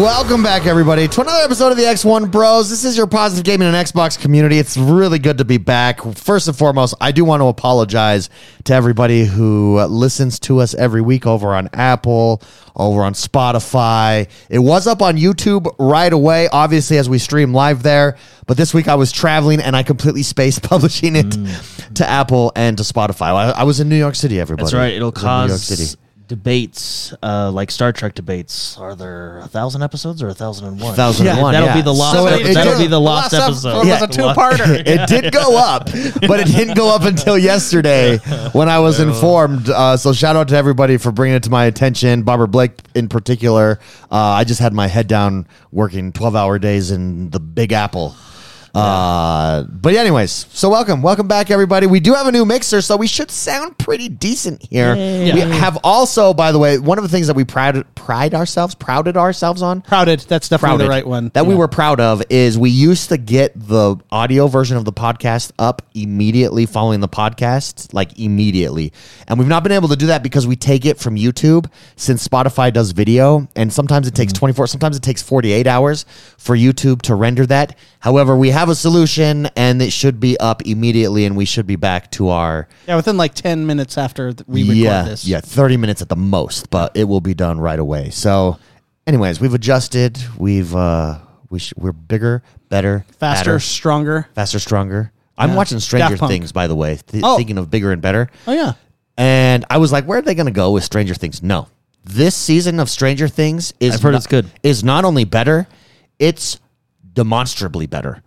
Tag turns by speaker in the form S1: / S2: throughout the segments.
S1: Welcome back, everybody, to another episode of the X1 Bros. This is your positive gaming and Xbox community. It's really good to be back. First and foremost, I do want to apologize to everybody who uh, listens to us every week over on Apple, over on Spotify. It was up on YouTube right away, obviously, as we stream live there. But this week I was traveling and I completely spaced publishing it to Apple and to Spotify. I, I was in New York City, everybody.
S2: Mm. That's right.
S1: I
S2: It'll
S1: was in New York
S2: cause
S1: City.
S2: debates, uh, like Star Trek debates. Are there a thousand episodes or a thousand and one?
S1: 1001,
S2: That'll
S1: yeah.
S2: be the lost.
S1: So it-
S2: episode.
S1: it
S2: that'll
S1: did-
S2: be the lost, episode.
S1: Yeah. was a it did go up, but it didn't go up until yesterday when I was informed. Uh, so shout out to everybody for bringing it to my attention. Barbara Blake in particular. Uh, I just had my head down working twelve-hour days in the Big Apple. Uh, but anyways, so welcome, welcome back, everybody. We do have a new mixer, so we should sound pretty decent here. We have also, by the way, one of the things that we pride pride ourselves, prouded ourselves on
S3: Prouded. That's definitely
S1: prouded
S3: the right one.
S1: that we were proud of is we used to get the audio version of the podcast up immediately following the podcast like immediately and we've not been able to do that because we take it from youtube since spotify does video and sometimes it takes 24 sometimes it takes 48 hours for youtube to render that however we have a solution and it should be up immediately and we should be back to our
S3: yeah, within like ten minutes after th- we record
S1: yeah,
S3: this.
S1: Yeah, 30 minutes at the most, but it will be done right away. So, anyways, we've adjusted. We've, uh, we sh- we're bigger, better,
S3: faster,
S1: fatter,
S3: stronger.
S1: faster stronger. I'm watching Stranger
S3: Daft Punk.
S1: Things, by the way, th-
S3: Oh.
S1: thinking of bigger and better.
S3: Oh yeah,
S1: And I was like, where are they going to go with Stranger Things? No. This season of Stranger Things is
S2: I've heard
S1: no-
S2: it's good.
S1: Is not only better, it's demonstrably better.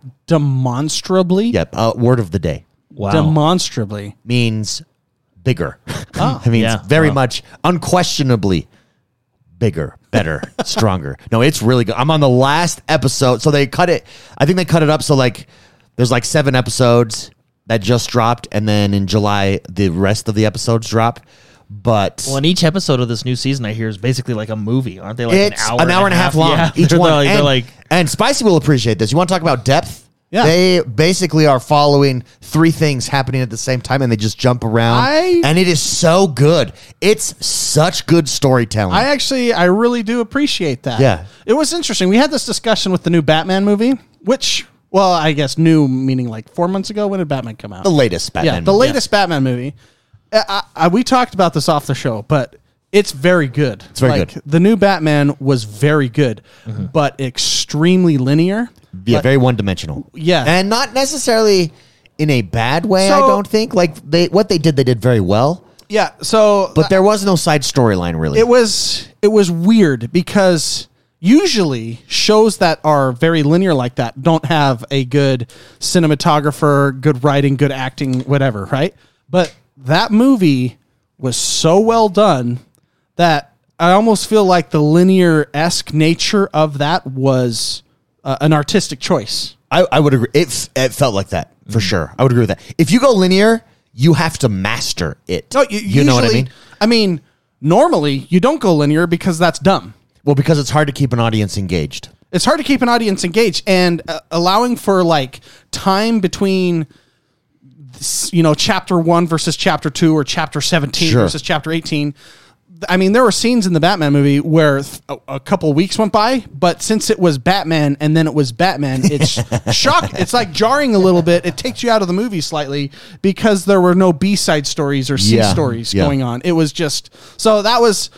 S3: demonstrably.
S1: Yep. Uh, word of the day
S2: Wow.
S3: demonstrably.
S1: means bigger. it means
S2: Ah, Yeah.
S1: very
S2: Wow.
S1: much unquestionably bigger, better, stronger. No, it's really good. I'm on the last episode. So they cut it. I think they cut it up. So like there's like seven episodes that just dropped. And then in July, the rest of the episodes drop. But
S2: well, and each episode of this new season, I hear, is basically like a movie, aren't they? Like
S1: it's an hour, and a half, long.
S2: Yeah,
S1: Each
S2: they're
S1: one.
S2: Like,
S1: and,
S2: they're like,
S1: and Spicy will appreciate this. You want to talk about depth?
S3: Yeah.
S1: They basically are following three things happening at the same time and they just jump around.
S3: I-
S1: and it is so good. It's such good storytelling.
S3: I actually, I really do appreciate that.
S1: Yeah.
S3: it was interesting. We had this discussion with the new Batman movie, which, well, I guess new meaning like four months ago. When did Batman come out?
S1: the latest Batman.
S3: yeah, the
S1: movie.
S3: latest Batman movie. I, I, I, we talked about this off the show, but it's very good. It's
S1: very good.
S3: The new Batman was very good, but extremely linear.
S1: Yeah, very one dimensional.
S3: Yeah.
S1: And not necessarily in a bad way, I
S3: So-
S1: don't think. Like they what they did, they did very well.
S3: Yeah, so
S1: But there was no side storyline really.
S3: it was it was weird because usually shows that are very linear like that don't have a good cinematographer, good writing, good acting, whatever, right? But that movie was so well done that I almost feel like the linear esque nature of that was uh, an artistic choice.
S1: I, I would agree. It, f- it felt like that
S3: Mm-hmm.
S1: for sure. I would agree with that. If you go linear, you have to master it.
S3: No, you,
S1: know what I
S3: usually-
S1: mean?
S3: I mean, normally you don't go linear because that's dumb.
S1: Well, because it's hard to keep an audience engaged.
S3: it's hard to keep an audience engaged and uh, allowing for like time between this, you know chapter 1 versus chapter 2 or chapter 17
S1: Sure.
S3: versus chapter 18 i mean there were scenes in the batman movie where th- a, a couple weeks went by but since it was batman and then it was batman it's shock it's like jarring a little bit it takes you out of the movie slightly because there were no b-side stories or c
S1: Yeah,
S3: stories
S1: yeah.
S3: going on it was just so that was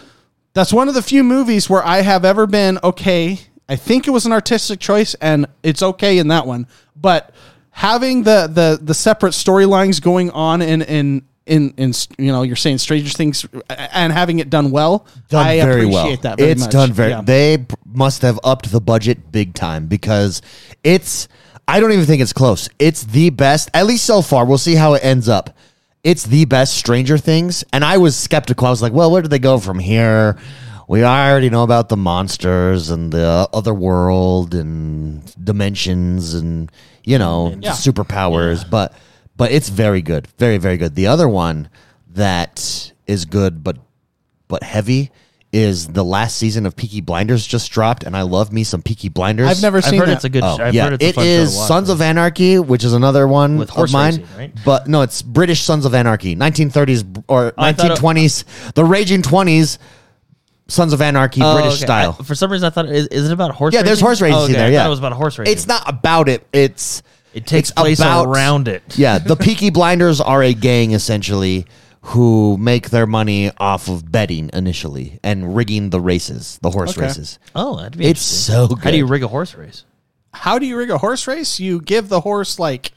S3: that's one of the few movies where I have ever been okay. I think it was an artistic choice, and it's okay in that one. But having the the the separate storylines going on in in in in you know you're saying Stranger Things and having it done well,
S1: Done
S3: I
S1: very
S3: appreciate
S1: well.
S3: that. Very
S1: it's
S3: much.
S1: done very.
S3: Yeah.
S1: They p- must have upped the budget big time because it's. I don't even think it's close. It's the best, at least so far. We'll see how it ends up. It's the best Stranger Things, and I was skeptical. I was like, "Well, where do they go from here?" We already know about the monsters and the other world and dimensions and you know
S3: Yeah.
S1: superpowers, but but it's very good, very very good. The other one that is good but but heavy is the last season of Peaky Blinders just dropped, and I love me some Peaky Blinders.
S3: I've never
S2: I've
S3: seen
S2: heard
S3: that.
S2: it's a good.
S1: Oh,
S2: I've
S1: yeah,
S2: heard it's a
S1: it
S2: fun
S1: is
S2: show to watch.
S1: Sons of Anarchy, which is another one
S2: With
S1: of
S2: horse
S1: mine.
S2: racing, right?
S1: But no, it's British Sons of Anarchy, 1930s or
S2: I thought it-
S1: 1920s, the Raging Twenties. Sons of Anarchy,
S2: Oh,
S1: British
S2: okay.
S1: style.
S2: I- for some reason, I thought is, is it about horse?
S1: yeah,
S2: racing?
S1: there's horse
S2: Oh,
S1: racing
S2: okay.
S1: there.
S2: I
S1: Yeah,
S2: thought it was about horse racing.
S1: It's not about it. It's
S2: It takes
S1: it's
S2: place
S1: about-
S2: around it.
S1: Yeah, the Peaky Blinders are a gang essentially who make their money off of betting initially and rigging the races, the horse
S3: Okay.
S1: races.
S2: Oh, that'd be
S1: It's
S2: interesting.
S1: so good.
S2: How do you rig a horse race?
S3: How do you rig a horse race? You give the horse like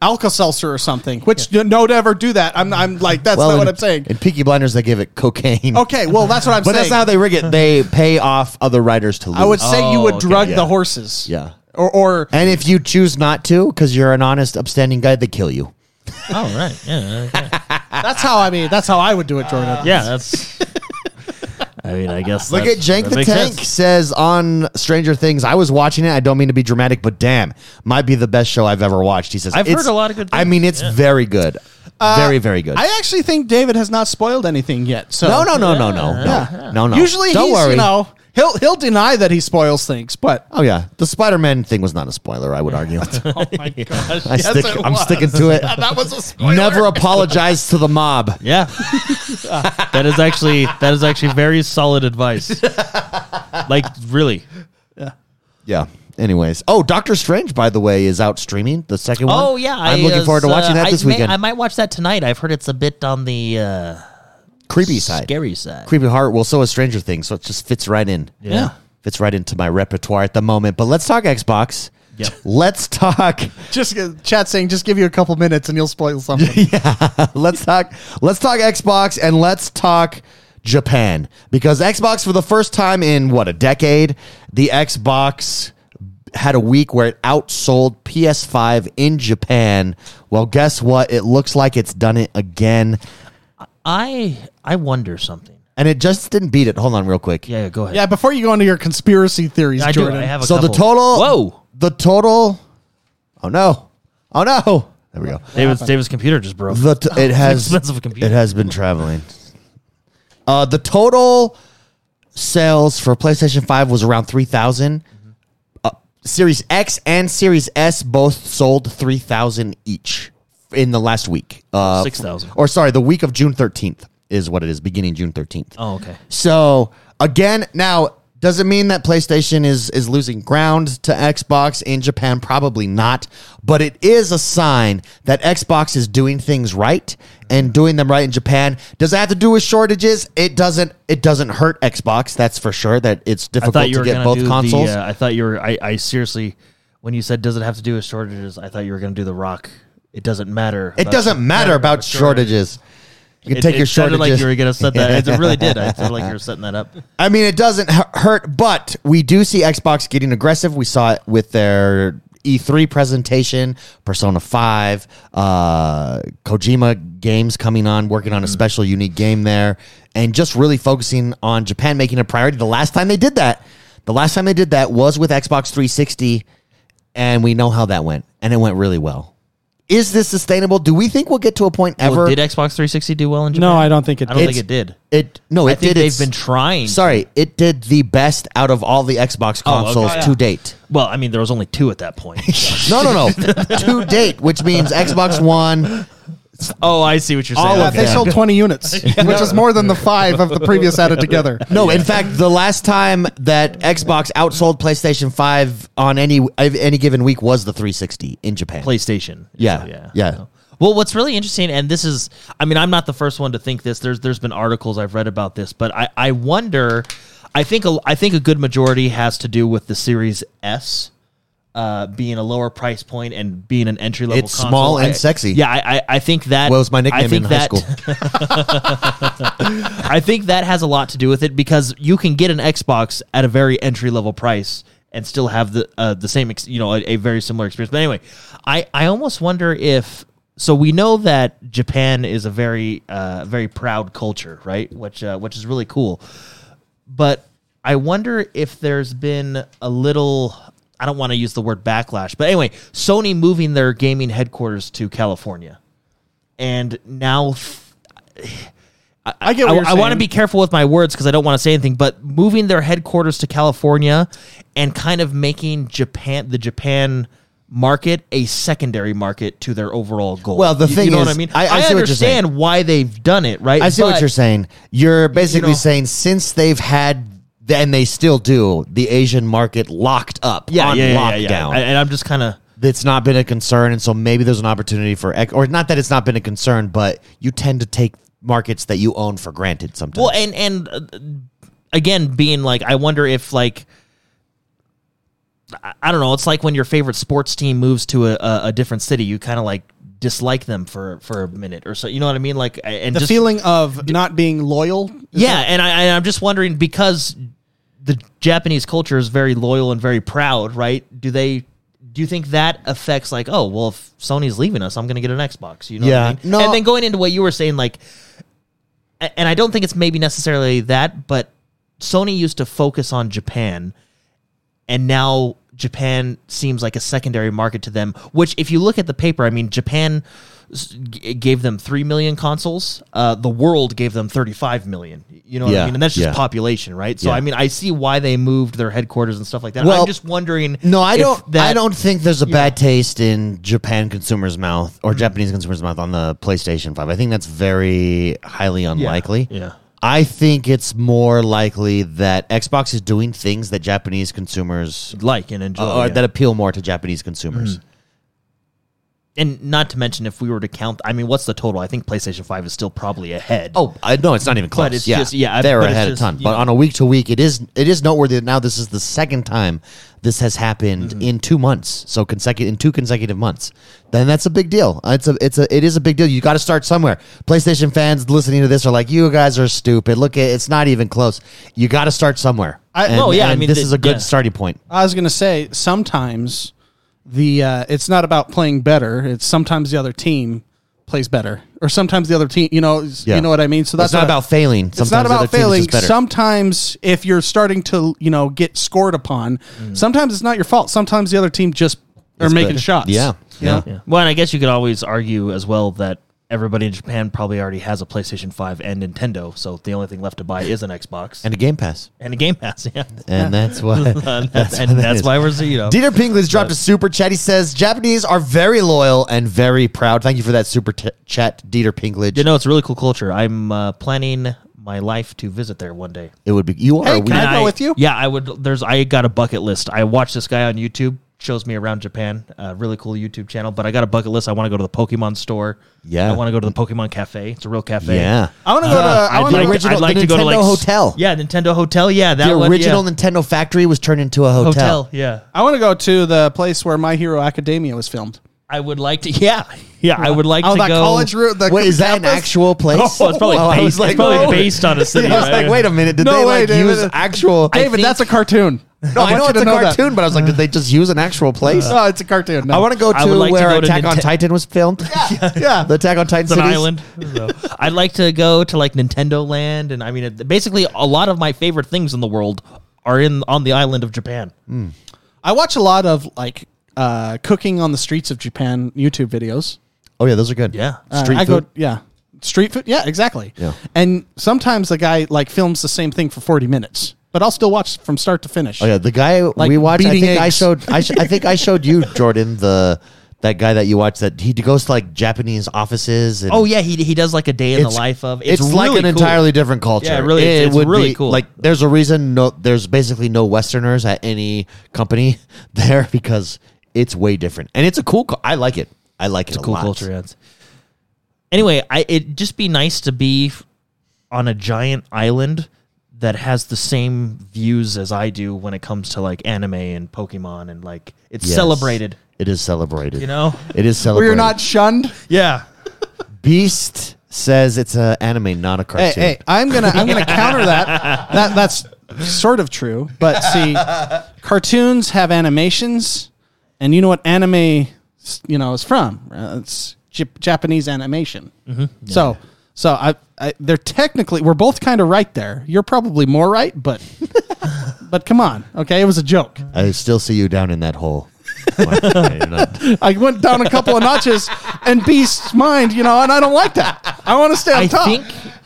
S3: Alka Seltzer or something, which no don't ever do that. I'm, I'm like, that's not
S1: in,
S3: what I'm saying.
S1: In Peaky Blinders, they give it cocaine.
S3: Okay, well, that's what I'm
S1: but
S3: saying.
S1: that's not how they rig it. They pay off other riders to lose.
S3: I would say you would
S2: Oh, okay,
S3: drug
S1: yeah.
S3: the horses.
S1: yeah.
S3: Or, or
S1: And if you choose not to, because you're an honest, upstanding guy, they kill you.
S2: Oh, right. Yeah. okay.
S3: that's how I mean. That's how I would do it, Jordan.
S2: yeah, that's. I mean, I guess.
S1: Look
S2: that-
S1: at Jank
S2: that
S1: the
S2: makes
S1: Tank
S2: sense.
S1: says on Stranger Things. I was watching it. I don't mean to be dramatic, but damn, might be the best show I've ever watched. He says
S2: I've
S1: "It's-
S2: heard a lot of good
S1: I
S2: things."
S1: mean, it's very good, very very good.
S3: I actually think David has not spoiled anything yet. So
S1: no, no, no, no, no, no, no, no.
S3: Usually,
S1: don't
S3: he's,
S1: worry.
S3: you know, he'll he'll deny that he spoils things, but
S1: Oh yeah, the Spider-Man thing was not a spoiler. I would argue.
S3: oh my gosh,
S1: I stick, I'm sticking to it.
S3: That was a spoiler.
S1: Never apologize to the mob.
S2: Yeah. that is actually that is actually very solid advice. Like really.
S1: Yeah. Anyways, oh, Doctor Strange, by the way, is out streaming the second one.
S2: Oh yeah,
S1: I'm
S2: I
S1: looking
S2: was,
S1: forward to watching
S2: uh,
S1: that
S2: I
S1: this
S2: may-
S1: weekend.
S2: I might watch that tonight. I've heard it's a bit on the uh,
S1: Creepy side.
S2: scary side.
S1: Creepy horror. Well, so is Stranger Things, so it just fits right in.
S2: Yeah. Yeah.
S1: Fits right into my repertoire at the moment. But let's talk Xbox.
S2: Yep.
S1: Let's talk.
S3: Just uh, chat saying, just give you a couple minutes and you'll spoil something.
S1: Let's talk. Let's talk Xbox and let's talk Japan because Xbox for the first time in what a decade, the Xbox had a week where it outsold PS5 in Japan. Well, guess what? It looks like it's done it again,
S2: I I wonder something.
S1: and it just didn't beat it. Hold on, real quick.
S2: Yeah, go ahead.
S3: yeah, before you go into your conspiracy theories,
S2: I do.
S3: Jordan.
S2: I have a
S1: So the
S2: couple.
S1: total.
S2: Whoa.
S1: The total. Oh no! Oh no! There we go.
S2: David's David's computer just broke.
S1: The t- it has
S2: Oh, expensive computer.
S1: it has been traveling. Uh, the total sales for PlayStation Five was around three Uh, Series X and Series S both sold three thousand each in the last week. Uh,
S2: 6,000.
S1: Or sorry, the week of June thirteenth is what it is, beginning June thirteenth.
S2: oh, okay.
S1: So again, now does it mean that PlayStation is is losing ground to Xbox in Japan? Probably not, but it is a sign that Xbox is doing things right and doing them right in Japan. Does that have to do with shortages? It doesn't. It doesn't hurt Xbox. That's for sure. That it's
S2: I
S1: difficult
S2: thought you
S1: to
S2: were
S1: get
S2: gonna
S1: both
S2: do
S1: consoles.
S2: The, uh, I thought you were. I, I seriously, when you said does it have to do with shortages, I thought you were gonna do the rock. It doesn't matter.
S1: it
S2: about-
S1: doesn't matter about shortages. You can take
S2: it
S1: your
S2: sounded
S1: shortages.
S2: like you were gonna set that. It really did. I feel like you were setting that up.
S1: I mean, it doesn't hu- hurt, but we do see Xbox getting aggressive. We saw it with their E3 presentation, Persona 5, uh, Kojima games coming on, working
S2: Hmm.
S1: on a special, unique game there, and just really focusing on Japan making a priority. The last time they did that, the last time they did that was with Xbox 360, and we know how that went, and it went really well. Is this sustainable? Do we think we'll get to a point ever?
S2: Well, did Xbox 360 do well in Japan?
S3: No, I don't think it
S2: I don't
S3: did.
S2: think it did.
S1: it no, it
S2: I think
S1: did.
S2: they've
S1: its-
S2: been trying.
S1: Sorry, it did the best out of all the Xbox
S2: Oh, okay.
S1: consoles
S2: Yeah.
S1: to date.
S2: Well, I mean, there was only two at that point.
S1: No, no, no, to date, which means Xbox One.
S2: oh, I see what you're saying.
S1: All of
S3: Yeah,
S2: Okay.
S3: They
S1: them.
S3: sold 20 units, which is more than the five of the previous added together.
S1: No, in fact, the last time that Xbox outsold PlayStation Five on any of any given week was the 360 in Japan.
S2: PlayStation.
S1: Yeah,
S2: So, yeah,
S1: yeah.
S2: Well, what's really interesting, and this is, I mean, I'm not the first one to think this. There's there's been articles I've read about this, but I I wonder. I think a, I think a good majority has to do with the Series S. Uh, being a lower price point and being an entry level,
S1: It's small and sexy.
S2: Yeah, I, I, I think that
S1: Well, it was my nickname
S2: I think
S1: in high
S2: that,
S1: school.
S2: I think that has a lot to do with it because you can get an Xbox at a very entry level price and still have the uh, the same ex- you know a, a very similar experience. But anyway, I I almost wonder if so we know that Japan is a very uh, very proud culture, right? Which uh, which is really cool but I wonder if there's been a little I don't want to use the word backlash, but anyway, Sony moving their gaming headquarters to California. And now
S3: I get
S2: I, I
S3: what you're
S2: want to
S3: saying.
S2: be careful with my words because I don't want to say anything, but moving their headquarters to California and kind of making Japan the Japan market a secondary market to their overall goal.
S1: Well, the
S2: You-
S1: thing
S2: you know what
S1: is,
S2: I mean.
S1: I- I see what you're saying.
S2: understand why they've done it, right?
S1: I see what
S2: But-
S1: you're saying. You're basically
S2: know-
S1: saying since they've had, and they still do, the Asian market locked up
S2: Yeah,
S1: on
S2: yeah, yeah, yeah,
S1: lockdown.
S2: yeah. And I'm just kind of
S1: It's not been a concern, and so maybe there's an opportunity for, ec- or not that it's not been a concern, but you tend to take markets that you own for granted sometimes.
S2: well, and and uh, again, being like, I wonder if like. I- I don't know. It's like when your favorite sports team moves to a, a, a different city, you kind of like dislike them for, for a minute or so. You know what I mean? Like, and
S3: The
S2: just
S3: feeling of not being loyal. is
S2: Yeah, and I and I'm just wondering because the Japanese culture is very loyal and very proud, right? Do they do you think that affects like, oh, well if Sony's leaving us, I'm going to get an Xbox, you know what I
S1: Yeah,
S2: mean?
S1: no.
S2: And then going into what you were saying like a- and I don't think it's maybe necessarily that, but Sony used to focus on Japan and now Japan seems like a secondary market to them. Which, if you look at the paper, I mean, Japan s- g- gave them three million consoles. Uh, the world gave them thirty-five million. You know what
S1: Yeah,
S2: I mean? And that's just
S1: yeah.
S2: population, right? So,
S1: Yeah.
S2: I mean, I see why they moved their headquarters and stuff like that.
S1: Well,
S2: I'm just wondering.
S1: No, I
S2: if
S1: don't.
S2: that-
S1: I don't think there's a bad taste in Japan consumers' mouth or Japanese consumers' mouth on the PlayStation Five. I think that's very highly unlikely.
S2: yeah.
S1: I think it's more likely that Xbox is doing things that Japanese consumers
S2: like and enjoy.
S1: or
S2: Oh, yeah.
S1: Uh, that appeal more to Japanese consumers.
S2: and not to mention, if we were to count, I mean, what's the total? I think PlayStation Five is still probably ahead.
S1: Oh I, no, it's not even close.
S2: it's
S1: yeah,
S2: just- yeah, I-
S1: they're
S2: but it's
S1: ahead
S2: just,
S1: a ton.
S2: you
S1: But
S2: know.
S1: on a week to week, it is it is noteworthy that now this is the second time this has happened
S2: Mm-hmm.
S1: in two months. So consecutive in two consecutive months, then that's a big deal. Uh, It's a it's a it is a big deal. You got to start somewhere. PlayStation fans listening to this are like, you guys are stupid. Look, at it's not even close. You got to start somewhere.
S3: I-
S1: and,
S2: no, yeah, I
S1: and
S2: mean,
S1: this
S2: the-
S1: is a good
S2: yeah.
S1: starting point.
S3: I was gonna say sometimes the uh, it's not about playing better. It's sometimes the other team plays better, or sometimes the other team. You know, is-
S1: Yeah.
S3: you know what I mean. So that's
S1: it's not
S3: what I-
S1: about failing. Sometimes
S3: it's not
S1: the other
S3: about
S1: team is
S3: failing.
S1: just better.
S3: Sometimes if you're starting to you know get scored upon, sometimes it's not your fault. Sometimes the other team just
S1: Mm.
S3: are
S1: It's
S3: making
S1: good.
S3: shots.
S1: Yeah.
S3: You know?
S2: Yeah. Well, and I guess you could always argue as well that everybody in Japan probably already has a PlayStation 5 and Nintendo, so the only thing left to buy is an Xbox
S1: and
S2: and,
S1: a Game Pass,
S2: a Game Pass. Yeah.
S1: and that's what.
S2: And that's, and that's
S1: is.
S2: why we're, you know.
S1: Dieter Pingley's dropped a super chat. He says Japanese are very loyal and very proud. Thank you for that super t- chat, Dieter Pingley.
S2: you know, it's a really cool culture. I'm uh, planning my life to visit there one day.
S1: it would be you are.
S3: Hey,
S1: a
S3: can
S1: weird-
S3: I- go with you?
S2: Yeah, I would. There's, I got a bucket list. I watched this guy on YouTube, shows me around Japan. Uh, really cool YouTube channel. But I got a bucket list. I want to go to the Pokemon store.
S1: Yeah.
S2: I want to go to the Pokemon cafe. It's a real cafe.
S1: yeah,
S3: I want to go to. I
S2: I'd
S3: want
S2: like,
S3: to.
S1: original-
S2: I'd like
S1: the
S2: to go to like
S1: Nintendo
S2: s-
S1: hotel.
S2: Yeah, Nintendo hotel. Yeah, that
S1: the
S2: one, yeah.
S1: original Nintendo factory was turned into a hotel.
S2: hotel. Yeah,
S3: I want to go to the place where My Hero Academia was filmed.
S2: I would like to. Yeah, yeah, I would like
S3: oh,
S2: to
S3: that
S2: go.
S3: college route. The
S1: Wait, is that an
S3: campus?
S1: actual place?
S2: Oh, it's probably
S1: I was
S2: based.
S1: like,
S2: it's probably
S1: no.
S2: based on a city.
S1: I was
S2: right?
S1: like, wait a minute, did
S3: No
S1: they
S3: way,
S1: like
S3: David.
S1: use actual?
S3: David,
S2: think-
S3: that's a cartoon.
S1: no, I
S3: want
S1: know
S3: you
S1: it's
S3: to
S1: a
S3: that.
S1: cartoon, but I was like, did they just use an actual place?
S3: No, it's a cartoon. No.
S1: I want to go
S2: Uh, I would
S1: to
S2: like to
S1: where
S2: go to
S1: Attack on
S2: Ninten-
S1: Titan was filmed. Yeah,
S3: Yeah.
S1: the Attack on Titan
S2: It's an
S1: cities.
S2: island. So, I'd like to go to like Nintendo Land, and I mean, it- basically, a lot of my favorite things in the world are in on the island of Japan.
S1: Mm.
S3: I watch a lot of like uh, cooking on the streets of Japan YouTube videos.
S1: Oh yeah, those are good.
S2: Yeah.
S3: Uh,
S1: street
S3: I
S1: food.
S3: Go, yeah, street food. Yeah, exactly.
S1: Yeah.
S3: And sometimes the guy like films the same thing for forty minutes, but I'll still watch from start to finish.
S1: Oh yeah, the guy we watched. I
S3: beating
S1: think I
S3: eggs.
S1: showed. I, sh- I think I showed you Jordan the that guy that you watched that he goes to like Japanese offices. And
S2: Oh yeah, he he does like a day in the life of. It's,
S1: it's, like
S2: really
S1: an
S2: cool.
S1: entirely different culture.
S2: Yeah, it really- it's- it's really cool.
S1: Like, there's a reason no, there's basically no Westerners at any company there because it's way different, and it's a cool. cul- I like it. I like it a
S2: cool
S1: lot.
S2: culture. Yeah. it's- Anyway, I it'd just be nice to be f- on a giant island that has the same views as I do when it comes to like anime and Pokemon and like it's
S1: Yes.
S2: celebrated.
S1: It is celebrated.
S2: You know?
S1: it is
S3: Where
S1: celebrated.
S3: you're not shunned.
S2: Yeah.
S1: Beast says it's an anime, not a
S3: Hey,
S1: cartoon.
S3: hey, I'm gonna I'm gonna counter that. That that's sort of true, but see, cartoons have animations, and you know what anime s- you know is from? Uh, It's Jap- Japanese animation.
S2: Mm-hmm.
S3: So so I, I they're technically we're both kind of right there. You're probably more right, but but come on, okay, it was a joke.
S1: I still see you down in that hole. You're not-
S3: I went down a couple of notches and Beast's mind, you know, and I don't like that. I want to stay on
S2: I
S3: top.
S2: think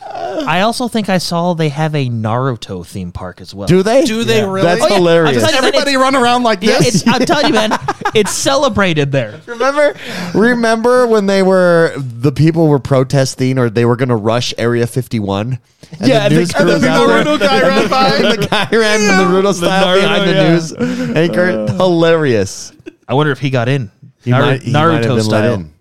S2: I also think I saw they have a Naruto theme park as well.
S1: Do they?
S3: Do they really?
S1: That's
S3: Oh, yeah.
S1: hilarious.
S2: I'm just
S3: Does
S2: like-
S3: everybody run around like
S2: Yeah,
S3: this?
S2: it's, I'm telling you, man, it's celebrated there.
S1: Remember, remember when they were the people were protesting or they were going to rush Area 51? And
S2: Yeah, and the- and
S1: crews
S2: the
S1: out there-
S2: Naruto guy ran by.
S1: The guy ran in the Naruto style
S2: Naruto,
S1: behind the
S2: yeah.
S1: news. And he cur- hilarious.
S2: I wonder if he got in.
S1: He
S2: Naru-
S1: might- he might have
S2: Naruto
S1: been let
S2: style.
S1: in.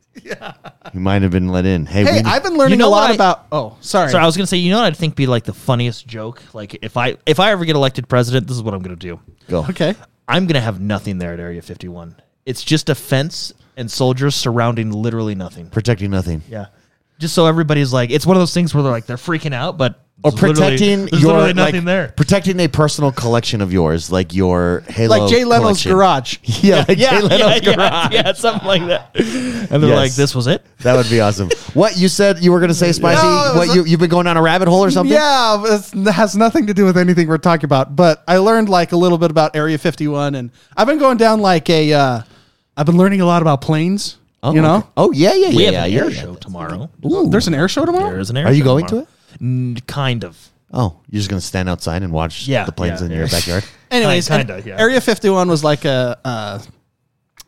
S1: He might have been let in. Hey,
S3: Hey,
S1: we-
S3: I've been learning
S2: You know
S3: a lot
S2: what I-
S3: about. Oh, sorry.
S2: So I was gonna say, you know what I think be like the funniest joke? Like if I if I ever get elected president, this is what I'm gonna do.
S1: go.
S3: okay.
S2: I'm gonna have nothing there at Area 51. It's just a fence and soldiers surrounding literally nothing.
S1: Protecting nothing.
S2: Yeah. Just so everybody's like, it's one of those things where they're like they're freaking out, but
S1: Or
S2: there's literally-
S1: protecting
S2: there's
S1: your
S2: literally
S1: like,
S2: nothing there.
S1: Protecting a personal collection of yours, like your Halo.
S3: Like Jay Leno's
S1: collection.
S3: garage.
S1: Yeah, like Jay Leno's
S2: yeah,
S1: garage.
S2: yeah, something like that. And they're
S1: Yes.
S2: like, "This was it."
S1: That would be awesome. What you said you were going to say, Spicy?
S3: No, it was
S1: what you you've been going down a rabbit hole or something?
S3: Yeah, it's- it has nothing to do with anything we're talking about. But I learned like a little bit about Area 51, and I've been going down like a. Uh, I've been learning a lot about planes.
S1: Oh,
S3: you know,
S1: okay. Oh yeah, yeah, yeah.
S2: We
S1: yeah,
S2: have an
S1: yeah,
S2: air
S1: yeah.
S2: show tomorrow.
S1: Ooh.
S3: there's an air show tomorrow.
S2: There is an air.
S1: Are you
S2: show
S1: going
S2: tomorrow.
S1: to
S2: N- kind of.
S1: Oh, you're just going to stand outside and watch
S2: Yeah,
S1: the planes
S2: yeah,
S1: in
S2: yeah.
S1: your backyard.
S3: Anyways,
S2: Kinda,
S3: and
S2: yeah.
S3: Area 51 was like a uh,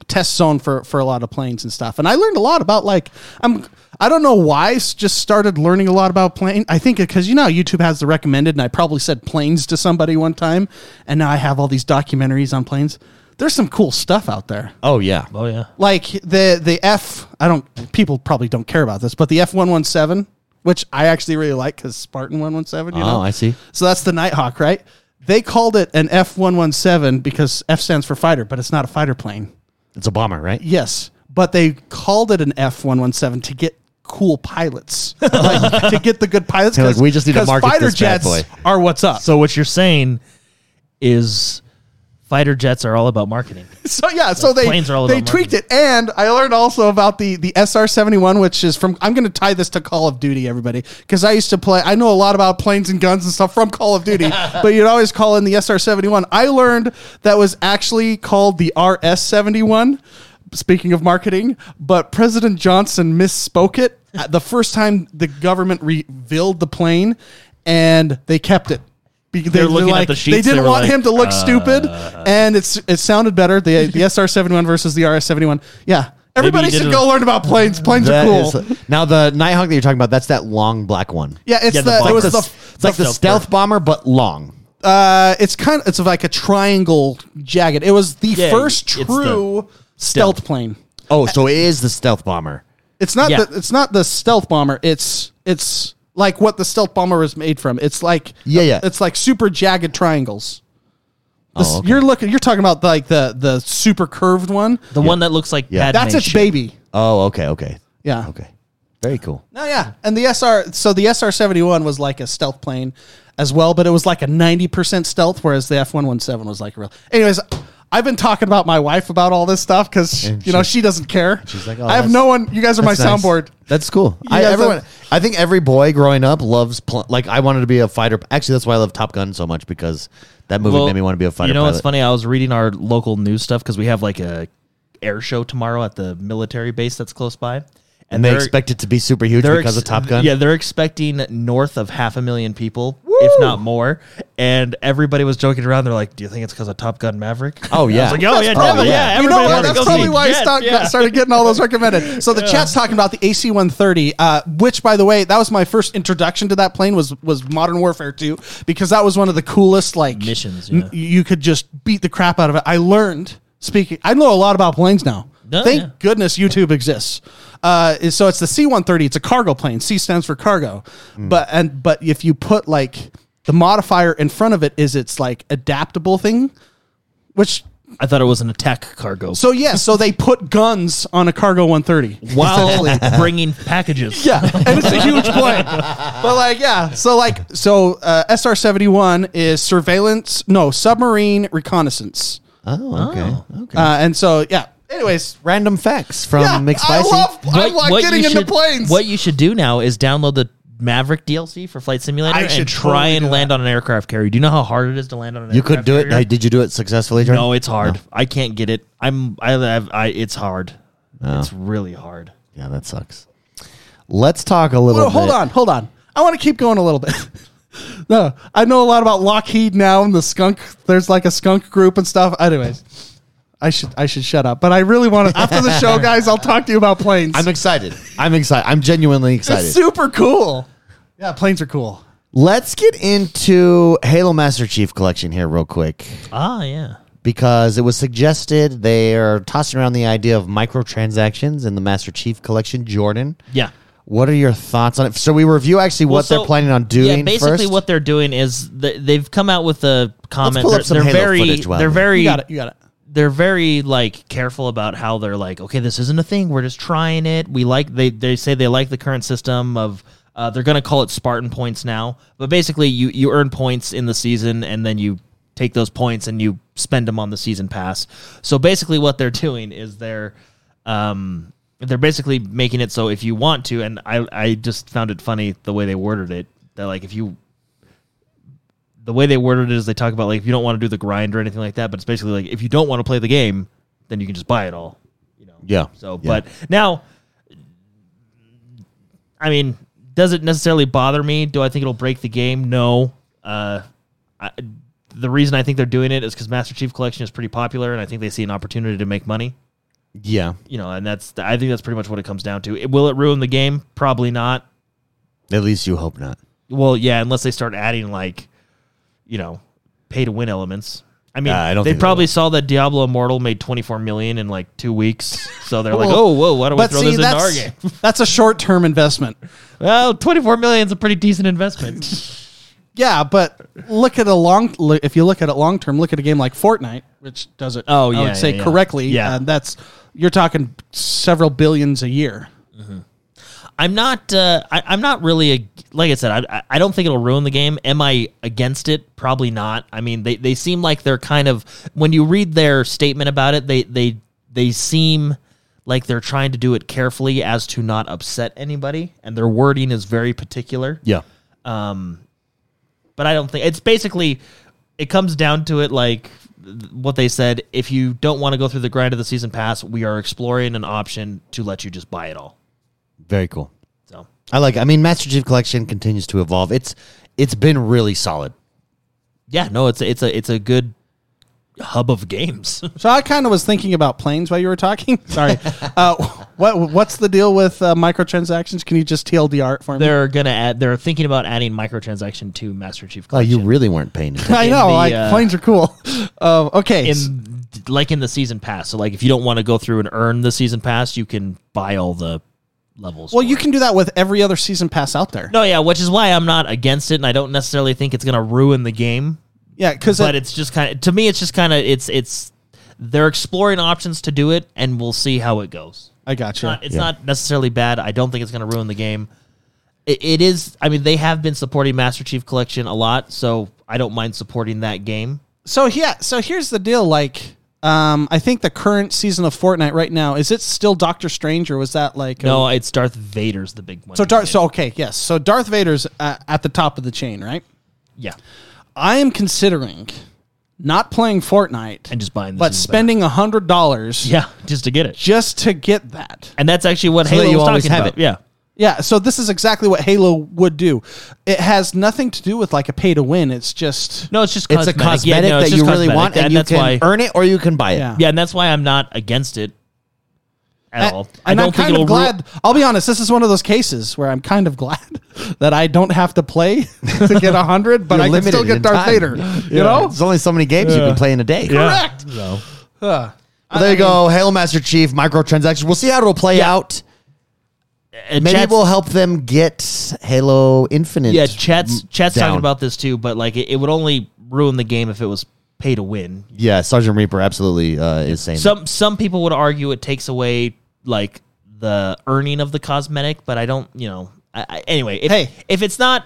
S3: test zone for for a lot of planes and stuff. And I learned a lot about like I'm I don't know why I s- just started learning a lot about plane. I think because you know how YouTube has the recommended, and I probably said planes to somebody one time, and now I have all these documentaries on planes. There's some cool stuff out there.
S1: Oh yeah.
S2: Oh yeah.
S3: Like the the F, I don't people probably don't care about this, but the F one one seven, which I actually really like because Spartan one one seven. You know,
S1: Oh, I see.
S3: so that's the Nighthawk, right? They called it an F one one seven because F stands for fighter, but it's not a fighter plane.
S1: It's a bomber, right?
S3: Yes, but they called it an F one one seven to get cool pilots, like, to get the good pilots.
S1: They're like, we just need to
S3: 'cause
S1: market
S3: fighter
S1: this bad
S3: jets
S1: boy.
S3: are what's up. So,
S2: So what you're saying is fighter jets are all about marketing.
S3: yeah, so they
S2: planes are all
S3: they
S2: about
S3: tweaked it, and I learned also about the the SR seventy one, which is from. I'm going to tie this to Call of Duty, everybody, because I used to play. I know a lot about planes and guns and stuff from Call of Duty, but you'd always call in the SR seventy one. I learned that was actually called the RS seventy one. Speaking of marketing, but President Johnson misspoke it Uh, the first time the government revealed the plane, and they kept it. Be- They,
S2: were
S3: were
S2: looking at
S3: like-
S2: the
S3: They
S2: sheets,
S3: didn't
S2: they were
S3: want
S2: like, uh,
S3: him to look stupid, and it's it sounded better. The the SR seventy one versus the RS seventy one. Yeah, everybody
S2: you
S3: should
S2: didn't-
S3: go learn about planes. Planes are
S1: That
S3: cool.
S1: is- now the Nighthawk that you're talking about, that's that long black one.
S3: yeah, it's
S2: Yeah, the
S3: the, it
S2: bomber.
S3: was
S2: It's
S3: the,
S2: like
S1: It's like the
S2: Stealth
S1: stealth bomber, but long.
S3: uh, it's kind of it's like a triangle jagged. It was the
S2: Yeah,
S3: first
S2: it's the
S3: true stealth plane.
S1: Oh, so it is the stealth bomber.
S3: It's not
S2: Yeah.
S3: the it's not the stealth bomber. It's it's like what the stealth bomber was made from. It's like
S1: Yeah, yeah.
S3: It's like super jagged triangles. The s-
S1: Oh, okay.
S3: You're looking. You're talking about like the the super curved one.
S2: The one that looks like
S1: Yeah.
S2: Padme
S3: That's its
S2: ship.
S3: baby.
S1: Oh, okay, okay,
S3: Yeah.
S1: okay. Very cool.
S3: No, yeah, and the SR. So the SR seventy one was like a stealth plane as well, but it was like a ninety percent stealth, whereas the F one one seven was like a real. Anyways, I've been talking about my wife about all this stuff because
S1: And
S3: you know
S1: she-
S3: she doesn't care.
S1: she's like, "Oh,
S3: I have
S1: that's-
S3: no one. You guys are my
S1: That's nice.
S3: soundboard.
S1: That's cool. I,
S3: guys
S1: everyone,
S3: have-
S1: I think every boy growing up loves pl- like I wanted to be a fighter. Actually, that's why I love Top Gun so much because that movie
S2: Well,
S1: made me want to be a fighter.
S2: You know what's
S1: pilot.
S2: funny? I was reading our local news stuff because we have like a air show tomorrow at the military base that's close by,
S1: And they
S2: they're-
S1: expect it to be super huge
S2: they're
S1: because
S2: ex-
S1: of Top Gun.
S2: Yeah, they're expecting north of half a million people, if not more. And everybody was joking around. They're like, "Do you think it's because of Top Gun Maverick?"
S1: Oh,
S2: And I
S1: yeah.
S2: was like, "Oh yeah,
S1: Oh,
S2: definitely,
S1: yeah.
S2: yeah."
S1: You
S3: You
S2: Everybody
S3: know what?
S2: wants to
S3: That's
S2: go
S3: probably
S2: see
S3: why
S2: jets,
S3: I stopped,
S2: yeah.
S3: started getting all those recommended. So the chat's talking about the AC-130, uh, which, by the way, that was my first introduction to that plane was was Modern Warfare 2 because that was one of the coolest like
S2: Missions,
S3: n- you could just beat the crap out of it. I learned speaking. I know a lot about planes now.
S2: Oh,
S3: Thank
S2: yeah.
S3: goodness YouTube exists. Uh, is- so it's the C-130. It's a cargo plane. C stands for cargo, but and but if you put like the modifier in front of it, is it's like adaptable thing, which
S2: I thought it was an attack cargo.
S3: so yeah, so they put guns on a cargo 130.
S2: while bringing packages,
S3: Yeah, and it's a huge plane. But like, yeah, so like, so uh, SR seventy one is surveillance, no submarine reconnaissance,
S1: Oh, okay, okay.
S3: uh, and so yeah. Anyways,
S1: Random facts from
S3: yeah,
S1: McSpicy.
S3: I love, I love getting
S2: you
S3: into
S2: should-
S3: planes.
S2: What you should do now is download the Maverick DLC for Flight Simulator
S3: I should
S2: and try
S3: totally
S2: and
S3: do
S2: land on an aircraft carrier. Do you know how hard it is to land on an
S1: you could
S2: aircraft
S1: do it.
S2: carrier?
S1: Hey, Did you do it successfully? Jordan?
S2: No, it's hard. I can't get it. I'm I have I it's hard. It's really hard.
S1: Yeah, that sucks. Let's talk a little.
S3: Well, hold
S1: bit.
S3: on, hold on. I want to keep going a little bit. no, I know a lot about Lockheed now and the skunk. There's like a skunk group and stuff. Anyways, I should I should shut up. But I really want to after the show, guys. I'll talk to you about planes.
S1: I'm excited. I'm excited. I'm genuinely
S3: it's
S1: excited.
S3: super cool. Yeah, planes are cool.
S1: Let's get into Halo Master Chief Collection here, real quick,
S2: Ah, yeah.
S1: because it was suggested they are tossing around the idea of microtransactions in the Master Chief Collection. Jordan,
S2: Yeah.
S1: what are your thoughts on it? So we review actually
S2: Well,
S1: what
S2: so-
S1: they're planning on doing
S2: Yeah, basically
S1: first.
S2: what they're doing is th- they've come out with a comment.
S1: pull up
S2: they're
S1: some
S2: they're
S1: Halo
S2: very,
S1: footage while
S2: they're
S1: we-
S2: very,
S3: You got it. You got it.
S2: they're very like careful about how they're like, okay, this isn't a thing. We're just trying it. We like they they say they like the current system of. Uh, they're gonna call it Spartan points now, but basically you you earn points in the season and then you take those points and you spend them on the season pass. So basically, what they're doing is they're um, they're basically making it so if you want to, and I I just found it funny the way they worded it. They're like if you the way they worded it is they talk about like if you don't want to do the grind or anything like that, but it's basically like if you don't want to play the game, then you can just buy it all. You know.
S1: Yeah.
S2: So
S1: Yeah.
S2: but now I mean, does it necessarily bother me? Do I think it'll break the game? No. Uh I, the reason I think they're doing it is because Master Chief Collection is pretty popular, and I think they see an opportunity to make money
S1: yeah,
S2: you know, and that's I think that's pretty much what it comes down to. It, will it ruin the game? Probably not.
S1: at least you hope not.
S2: Well, yeah, unless they start adding like, you know, pay to win elements. I mean,
S1: Uh, I don't
S2: they
S1: think they
S2: probably
S1: will.
S2: saw that Diablo Immortal made twenty four million in like two weeks, so they're like,
S3: Well,
S2: oh, whoa, why don't we
S1: but
S2: throw
S1: see,
S2: this into our
S1: that's-
S2: game?
S3: That's a short term investment.
S2: Well, twenty four million is a pretty decent investment.
S3: Yeah, but look at a long. li- If you look at it long term, look at a game like Fortnite, which does it.
S2: Oh,
S3: I
S2: yeah,
S3: would say
S2: yeah, yeah.
S3: correctly.
S2: Yeah.
S3: and that's you're talking several billions a year.
S2: I'm not. Uh, I, I'm not really a, like I said. I, I- I don't think it'll ruin the game. Am I against it? Probably not. I mean, they, they seem like they're kind of when you read their statement about it, they they they seem like they're trying to do it carefully as to not upset anybody, and their wording is very particular
S1: Yeah,
S2: but I don't think it's basically it comes down to it like th- what they said if you don't want to go through the grind of the season pass we are exploring an option to let you just buy it all
S1: very cool.
S2: so
S1: I like. I mean, Master Chief Collection continues to evolve. It's it's been really solid.
S2: yeah no it's a, it's a it's a good hub of games
S3: So I kind of was thinking about planes while you were talking. Sorry. uh, what what's the deal with uh, microtransactions? Can you just TLDR it for me?
S2: they're gonna add they're thinking about adding microtransaction to master chief
S1: Oh, you
S2: collection
S1: really weren't paying attention.
S3: I know,
S2: in the,
S3: like
S2: uh,
S3: planes are cool. Uh, okay,
S2: in like in the season pass so like if you don't want to go through and earn the season pass you can buy all the levels
S3: well
S2: for
S3: you
S2: it.
S3: can do that with every other season pass out there.
S2: no yeah which is why i'm not against it and i don't necessarily think it's gonna ruin the game
S3: Yeah, because
S2: but it's just kind of to me it's just kind of it's it's they're exploring options to do it and we'll see how it goes
S3: I got
S2: it's,
S3: you.
S2: not, it's
S1: Yeah.
S2: not necessarily bad i don't think it's going to ruin the game it, it is i mean they have been supporting master chief collection a lot so i don't mind supporting that game
S3: So yeah, so here's the deal. Like, um, I think the current season of Fortnite right now is it still Doctor Strange or was that like a-
S2: no it's darth vader's the big one
S3: so Darth. So okay, yes. So Darth Vader's uh, at the top of the chain, right?
S2: yeah
S3: I am considering not playing Fortnite,
S2: and just buying the
S3: but
S2: season
S3: spending a hundred dollars
S2: pass. yeah just to get it
S3: just to get that.
S2: and that's actually what
S1: So that
S2: halo
S1: you
S2: was
S1: always
S2: talking
S1: have
S2: about
S1: it.
S2: yeah
S3: Yeah, so this is exactly what Halo would do. It has nothing to do with like a pay to win. It's just
S2: no it's just
S1: it's a
S2: cosmetic, yeah,
S1: cosmetic
S2: no, it's
S1: that
S2: just
S1: you really
S2: cosmetic.
S1: want,
S2: That-
S1: and you
S2: that's
S1: can
S2: why
S1: earn it or you can buy it.
S3: Yeah.
S2: yeah and that's why i'm not against it at all
S3: And
S2: i don't think
S3: am kind
S2: it'll
S3: of
S2: ru-
S3: glad. I'll be honest. This is one of those cases where I'm kind of glad that I don't have to play to get hundred, but
S1: You're
S3: I can
S1: limited
S3: still get
S1: in
S3: Darth
S1: time.
S3: Vader. You know?
S1: There's only so many games you can play in a day.
S2: correct
S3: Huh.
S1: Well, there you go. Hail Master Chief, microtransactions. We'll see how it'll play
S2: Yeah.
S1: out.
S2: And
S1: Maybe
S2: uh, chat's-
S1: we'll help them get Halo Infinite.
S2: yeah, chat's chat's
S1: down.
S2: talking about this too, but like it, it would only ruin the game if it was pay to win.
S1: Yeah, Sergeant Reaper absolutely uh, is saying.
S2: Some some people would argue it takes away like the earning of the cosmetic, but I don't. You know, I, I, anyway, if,
S3: Hey.
S2: if it's not,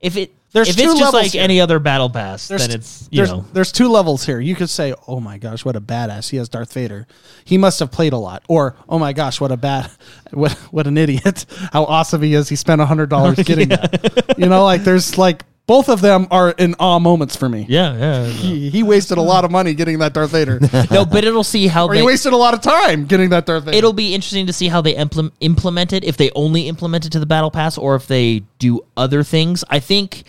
S2: if it
S3: There's
S2: if
S3: two
S2: it's just
S3: levels
S2: like
S3: here.
S2: any other battle pass,
S3: There's,
S2: then it's you
S3: there's,
S2: know
S3: there's two levels here. You could say, "Oh my gosh, what a badass! He has Darth Vader. He must have played a lot." Or, "Oh my gosh, what a bad, what what an idiot! How awesome he is! He spent hundred dollars getting that." You know, like there's like both of them are in awe moments for me.
S2: yeah yeah.
S3: He, he wasted a lot of money getting that Darth Vader.
S2: no, but it'll see how
S3: Or you
S2: they.
S3: wasted a lot of time getting that Darth Vader.
S2: It'll be interesting to see how they implem- implement it. If they only implement it to the battle pass, or if they do other things. I think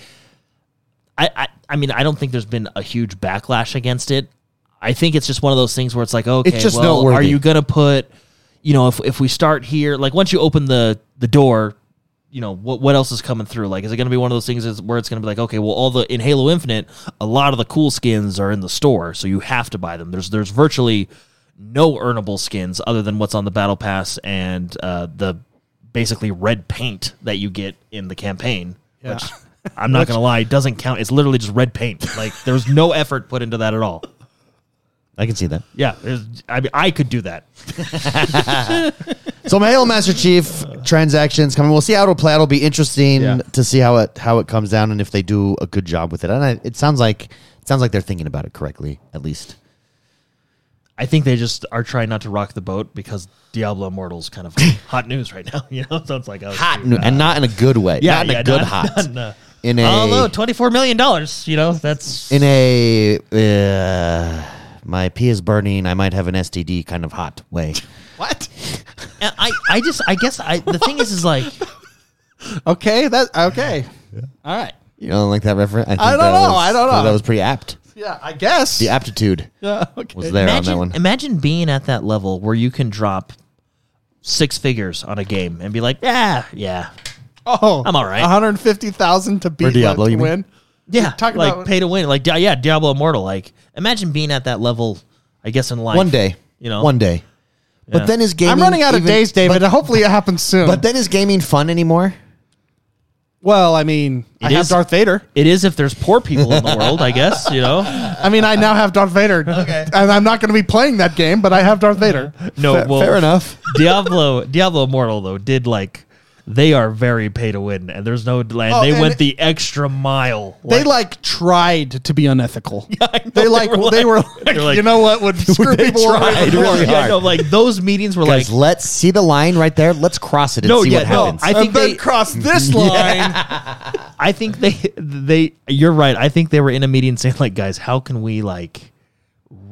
S2: I, I, I mean, I don't think there's been a huge backlash against it. I think it's just one of those things where it's like, okay,
S1: just
S2: well,
S1: noteworthy.
S2: are you gonna put, you know, if if we start here, like once you open the the door, you know, what what else is coming through? Like, is it gonna be one of those things is where it's gonna be like, okay, well, all the in Halo Infinite, a lot of the cool skins are in the store, so you have to buy them. There's there's virtually no earnable skins other than what's on the battle pass and uh, the basically red paint that you get in the campaign. Which I'm not gonna lie, doesn't count. It's literally just red paint. Like there's no effort put into that at all.
S4: I can see that.
S2: Yeah, there's- I mean, I could do that.
S1: So my Halo Master Chief transactions coming. We'll see how it'll play. out. It'll be interesting
S2: Yeah.
S1: to see how it how it comes down and if they do a good job with it. And I, it sounds like it sounds like they're thinking about it correctly at least.
S2: I think they just are trying not to rock the boat because Diablo Immortal's kind of hot news right now. You know, so it's like oh,
S1: Hot
S2: shoot.
S1: no- and not in a good way.
S2: Yeah,
S1: not in
S2: yeah,
S1: a good
S2: not-
S1: hot.
S2: not in a-
S1: in a
S2: Although twenty four million dollars, you know, that's
S1: in a uh, my pee is burning. I might have an STD kind of hot way.
S3: What?
S2: And I I just I guess I the thing is is like
S3: Okay, that okay. All right.
S1: You don't like that reference? think
S3: I don't
S1: that
S3: know,
S1: was-
S3: I don't know.
S1: That was pretty apt.
S3: Yeah, I guess.
S1: The aptitude
S3: Yeah, okay.
S1: was there
S2: imagine,
S1: on that one.
S2: imagine being at that level where you can drop six figures on a game and be like, yeah, yeah,
S3: Oh,
S2: I'm all right.
S3: 150,000 to beat
S1: Diablo,
S3: to
S1: you mean?
S3: win.
S2: yeah.
S3: talk
S2: like
S3: about-
S2: pay to win, like Di- yeah, Diablo Immortal. Like imagine being at that level. I guess in life,
S1: One day,
S2: you know,
S1: one day.
S2: Yeah.
S1: But then is gaming?
S3: I'm running out of
S1: even-
S3: days, David. Hopefully it happens soon.
S1: But then is gaming fun anymore?
S3: well, I mean, I
S2: It
S3: have
S2: is-
S3: Darth Vader.
S2: It is if there's poor people in the world, I guess, you know.
S3: I
S1: Uh,
S3: mean, I now have Darth Vader. okay. And I'm not going to be playing that game, but I have Darth Vader.
S2: No, well,
S1: Uh-huh. Fair enough.
S2: Diablo Diablo Immortal though did like they are very pay to win and there's no land.
S3: Oh,
S2: they
S3: and
S2: went
S3: it-
S2: the extra mile.
S3: They like tried to be unethical.
S2: I know,
S3: they like
S2: were
S3: they were,
S2: they were
S3: like, you know what would screw
S1: They
S3: people over
S1: tried
S3: even more.
S1: really
S2: yeah,
S1: hard.
S2: no, like those meetings were
S1: Guys,
S2: like
S1: let's see the line right there. Let's cross it and
S2: No,
S1: see
S2: yeah,
S1: what
S2: no,
S1: happens.
S2: I think
S3: and then
S2: they-
S3: cross this line.
S2: I think they they you're right. I think they were in a meeting saying like guys, how can we like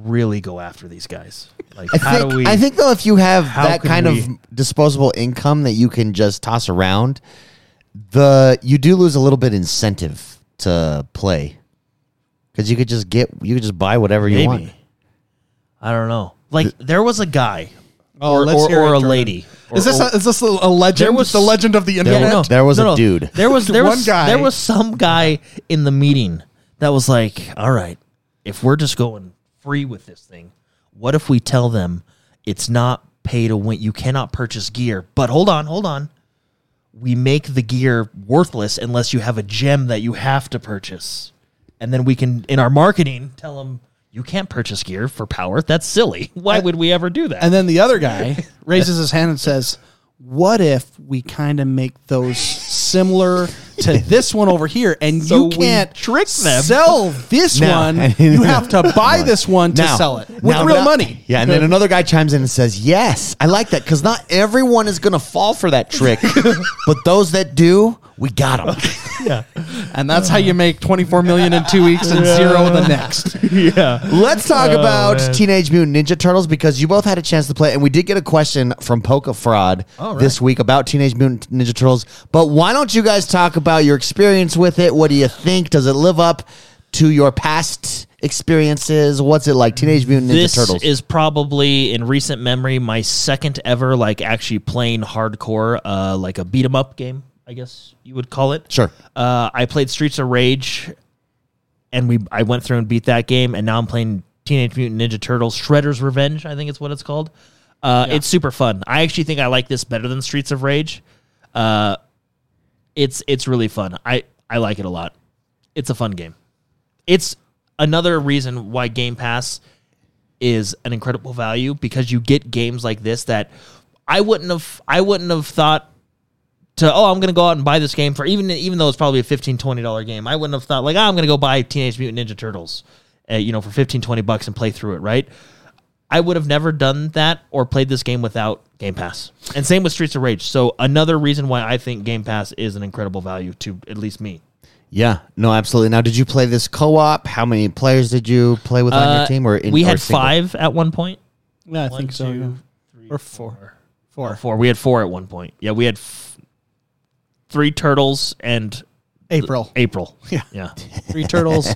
S2: really go after these guys? Like
S1: I
S2: how
S1: think,
S2: do we
S1: I think though, if you have
S2: How
S1: that
S2: can
S1: kind
S2: we-
S1: of disposable income that you can just toss around, the you do lose a little bit incentive to play because you could just get you could just buy whatever you want.
S2: maybe I don't know. Like there was a guy
S3: Oh,
S2: or,
S3: let's
S2: or,
S3: hear it,
S2: or a
S3: Jordan.
S2: lady. Or-
S3: Is this
S2: or-
S3: a, is this a a legend?
S2: There was-
S3: the legend of the
S1: There,
S3: internet.
S1: was, there was
S2: No,
S1: a
S2: no.
S1: dude.
S2: There was there
S3: One
S2: was
S3: guy.
S2: there was some guy in the meeting that was like, "All right, if we're just going free with this thing, what if we tell them it's not pay to win? You cannot purchase gear, but hold on, hold on. We make the gear worthless unless you have a gem that you have to purchase, and then we can in our marketing tell them." You can't purchase gear for power. That's silly. Why would we ever do that?
S3: And then the other guy raises his hand and says, "What if we kind of make those similar to this one over here, and
S2: So
S3: you
S2: we
S3: can't
S2: trick them."
S3: Sell this
S1: Now-
S3: one, you have to buy this one to
S1: Now-
S3: sell it with
S1: now
S3: real
S1: that-
S3: money."
S1: Yeah, and then another guy chimes in and says, "Yes, I like that because not everyone is going to fall for that trick, but those that do, we got them."
S3: and that's how you make twenty-four million in two weeks and zero the next.
S1: Let's talk
S3: Oh,
S1: about
S2: man.
S1: Teenage Mutant Ninja Turtles because you both had a chance to play, and we did get a question from Poca Fraud this week about Teenage Mutant Ninja Turtles. But why don't you guys talk about your experience with it? What do you think? Does it live up to your past experiences? What's it like? Teenage Mutant Ninja
S2: this
S1: Turtles.
S2: is probably in recent memory my second ever like actually playing hardcore uh like a beat 'em up game i guess you would call it
S1: Sure.
S2: uh i played streets of rage and we i went through and beat that game and now i'm playing teenage mutant ninja turtles shredder's revenge i think it's what it's called uh it's super fun i actually think i like this better than streets of rage uh it's it's really fun i i like it a lot it's a fun game it's another reason why Game Pass is an incredible value because you get games like this that I wouldn't have I wouldn't have thought to oh I'm going to go out and buy this game for even even though it's probably a 15 20 dollar game I wouldn't have thought like "Ah, I'm going to go buy Teenage Mutant Ninja Turtles uh, you know for 15 20 bucks and play through it right I would have never done that or played this game without Game Pass. And same with Streets of Rage. So another reason why I think Game Pass is an incredible value to at least me.
S1: yeah, no, absolutely. Now, did you play this co-op? How many players did you play with on your
S2: Uh,
S1: team? Or in,
S2: we
S1: or
S2: had
S1: single?
S2: five at one point.
S3: Yeah, I
S2: One,
S3: think so.
S2: two,
S3: yeah.
S2: three,
S3: Or four. Four.
S2: Four. We had four at one point. Yeah, we had f- three turtles and
S3: April.
S2: April.
S3: Yeah.
S2: Yeah.
S3: Three turtles.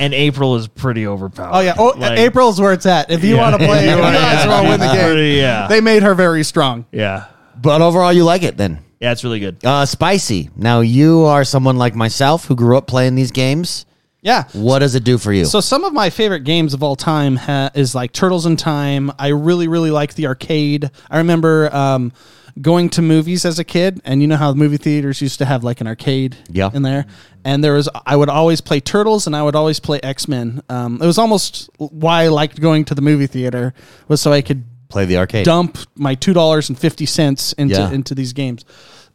S2: and April is pretty overpowered.
S3: Oh yeah. Oh,
S2: Like,
S3: April's where it's at. If you
S2: Yeah.
S3: want to play,
S2: Yeah.
S3: you guys want to win the game.
S2: Pretty, yeah.
S3: They made her very strong.
S2: yeah,
S1: But overall, you like it then.
S2: yeah, it's really good.
S1: Uh, spicy. Now you are someone like myself who grew up playing these games.
S3: Yeah.
S2: Mm.
S1: What does it do for you?
S3: So some of my favorite games of all time ha- is like Turtles in Time. I really really like the arcade. I remember um, going to movies as a kid, and you know how the movie theaters used to have like an arcade
S1: Yeah.
S3: in there, and there was I would always play Turtles, and I would always play X Men. Um, it was almost why I liked going to the movie theater was so I could
S1: Play the arcade.
S3: dump my two dollars and fifty cents into
S1: Yeah.
S3: into these games.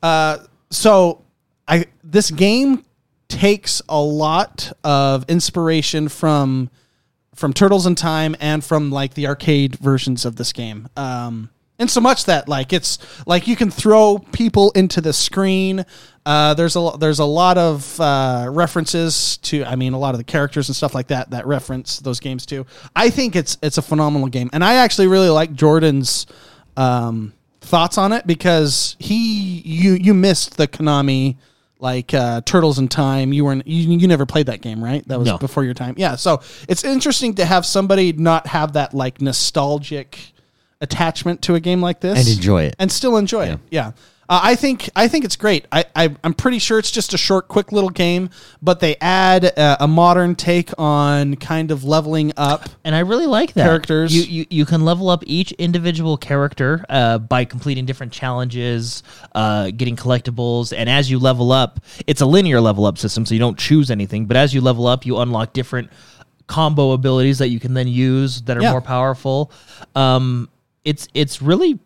S3: Uh, so I this game takes a lot of inspiration from from Turtles in Time and from like the arcade versions of this game. Um, and so much that like it's like you can throw people into the screen. Uh, there's a there's a lot of uh, references to I mean a lot of the characters and stuff like that that reference those games too. I think it's it's a phenomenal game, and I actually really like Jordan's um, thoughts on it because he you you missed the Konami like uh, Turtles in Time. You weren't you, you never played that game, right? That was
S2: No.
S3: before your time. Yeah, so it's interesting to have somebody not have that like nostalgic attachment to a game like this
S1: And enjoy it.
S3: and still enjoy it. Yeah. Uh, I think I think it's great. I, I I'm pretty sure it's just a short, quick little game, but they add uh, a modern take on kind of leveling up.
S2: and I really like that
S3: Characters.
S2: You, you you can level up each individual character uh, by completing different challenges, uh, getting collectibles, and as you level up, it's a linear level up system, so you don't choose anything. But as you level up, you unlock different combo abilities that you can then use that are
S3: Yeah.
S2: more powerful. Um, it's it's really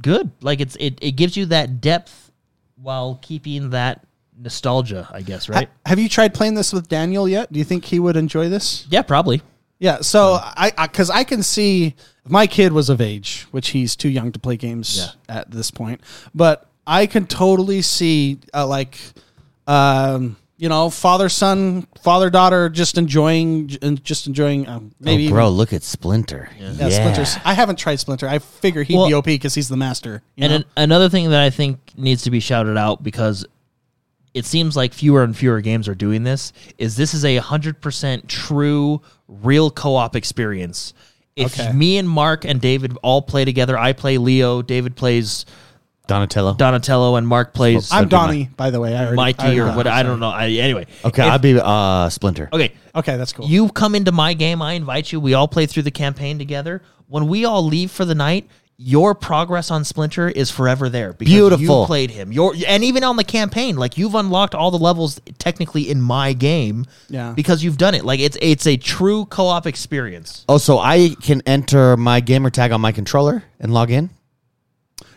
S2: good. Like it's it, it gives you that depth while keeping that nostalgia, I guess. Right?
S3: Have you tried playing this with Daniel yet? Do you think he would enjoy this?
S2: yeah, probably.
S3: Yeah. So I, because I, can see if my kid was of age, which he's too young to play games at this point, but I can totally see uh, like, um, you know, father son, father daughter, just enjoying, and just enjoying. Um,
S1: oh,
S3: maybe even-
S1: bro, look at Splinter. Yeah,
S3: yeah, Splinter's. I haven't tried Splinter. I figure he'd
S2: Well-
S3: be OP because he's the master. you
S2: And
S3: know?
S2: an, another thing that I think needs to be shouted out because it seems like fewer and fewer games are doing this is this is a 100% true real co-op experience. If
S3: Okay.
S2: me and Mark and David all play together, I play Leo, David plays
S1: Donatello.
S2: Donatello and Mark plays
S1: that'd
S3: I'm
S1: be my-
S3: Donnie, by the way. I already, I
S2: Mikey
S3: already
S2: or
S3: got
S2: what
S3: it.
S2: I don't know. I, anyway.
S1: okay,
S2: If-
S1: I'll be uh, Splinter.
S2: okay.
S3: Okay, that's cool.
S2: You come into my game, I invite you. We all play through the campaign together. When we all leave for the night, your progress on Splinter is forever there because
S1: Beautiful.
S2: you played him. Your and even on the campaign, like you've unlocked all the levels technically in my game,
S3: Yeah.
S2: because you've done it. Like it's it's a true co-op experience.
S1: Oh, so I can enter my gamer tag on my controller and log in?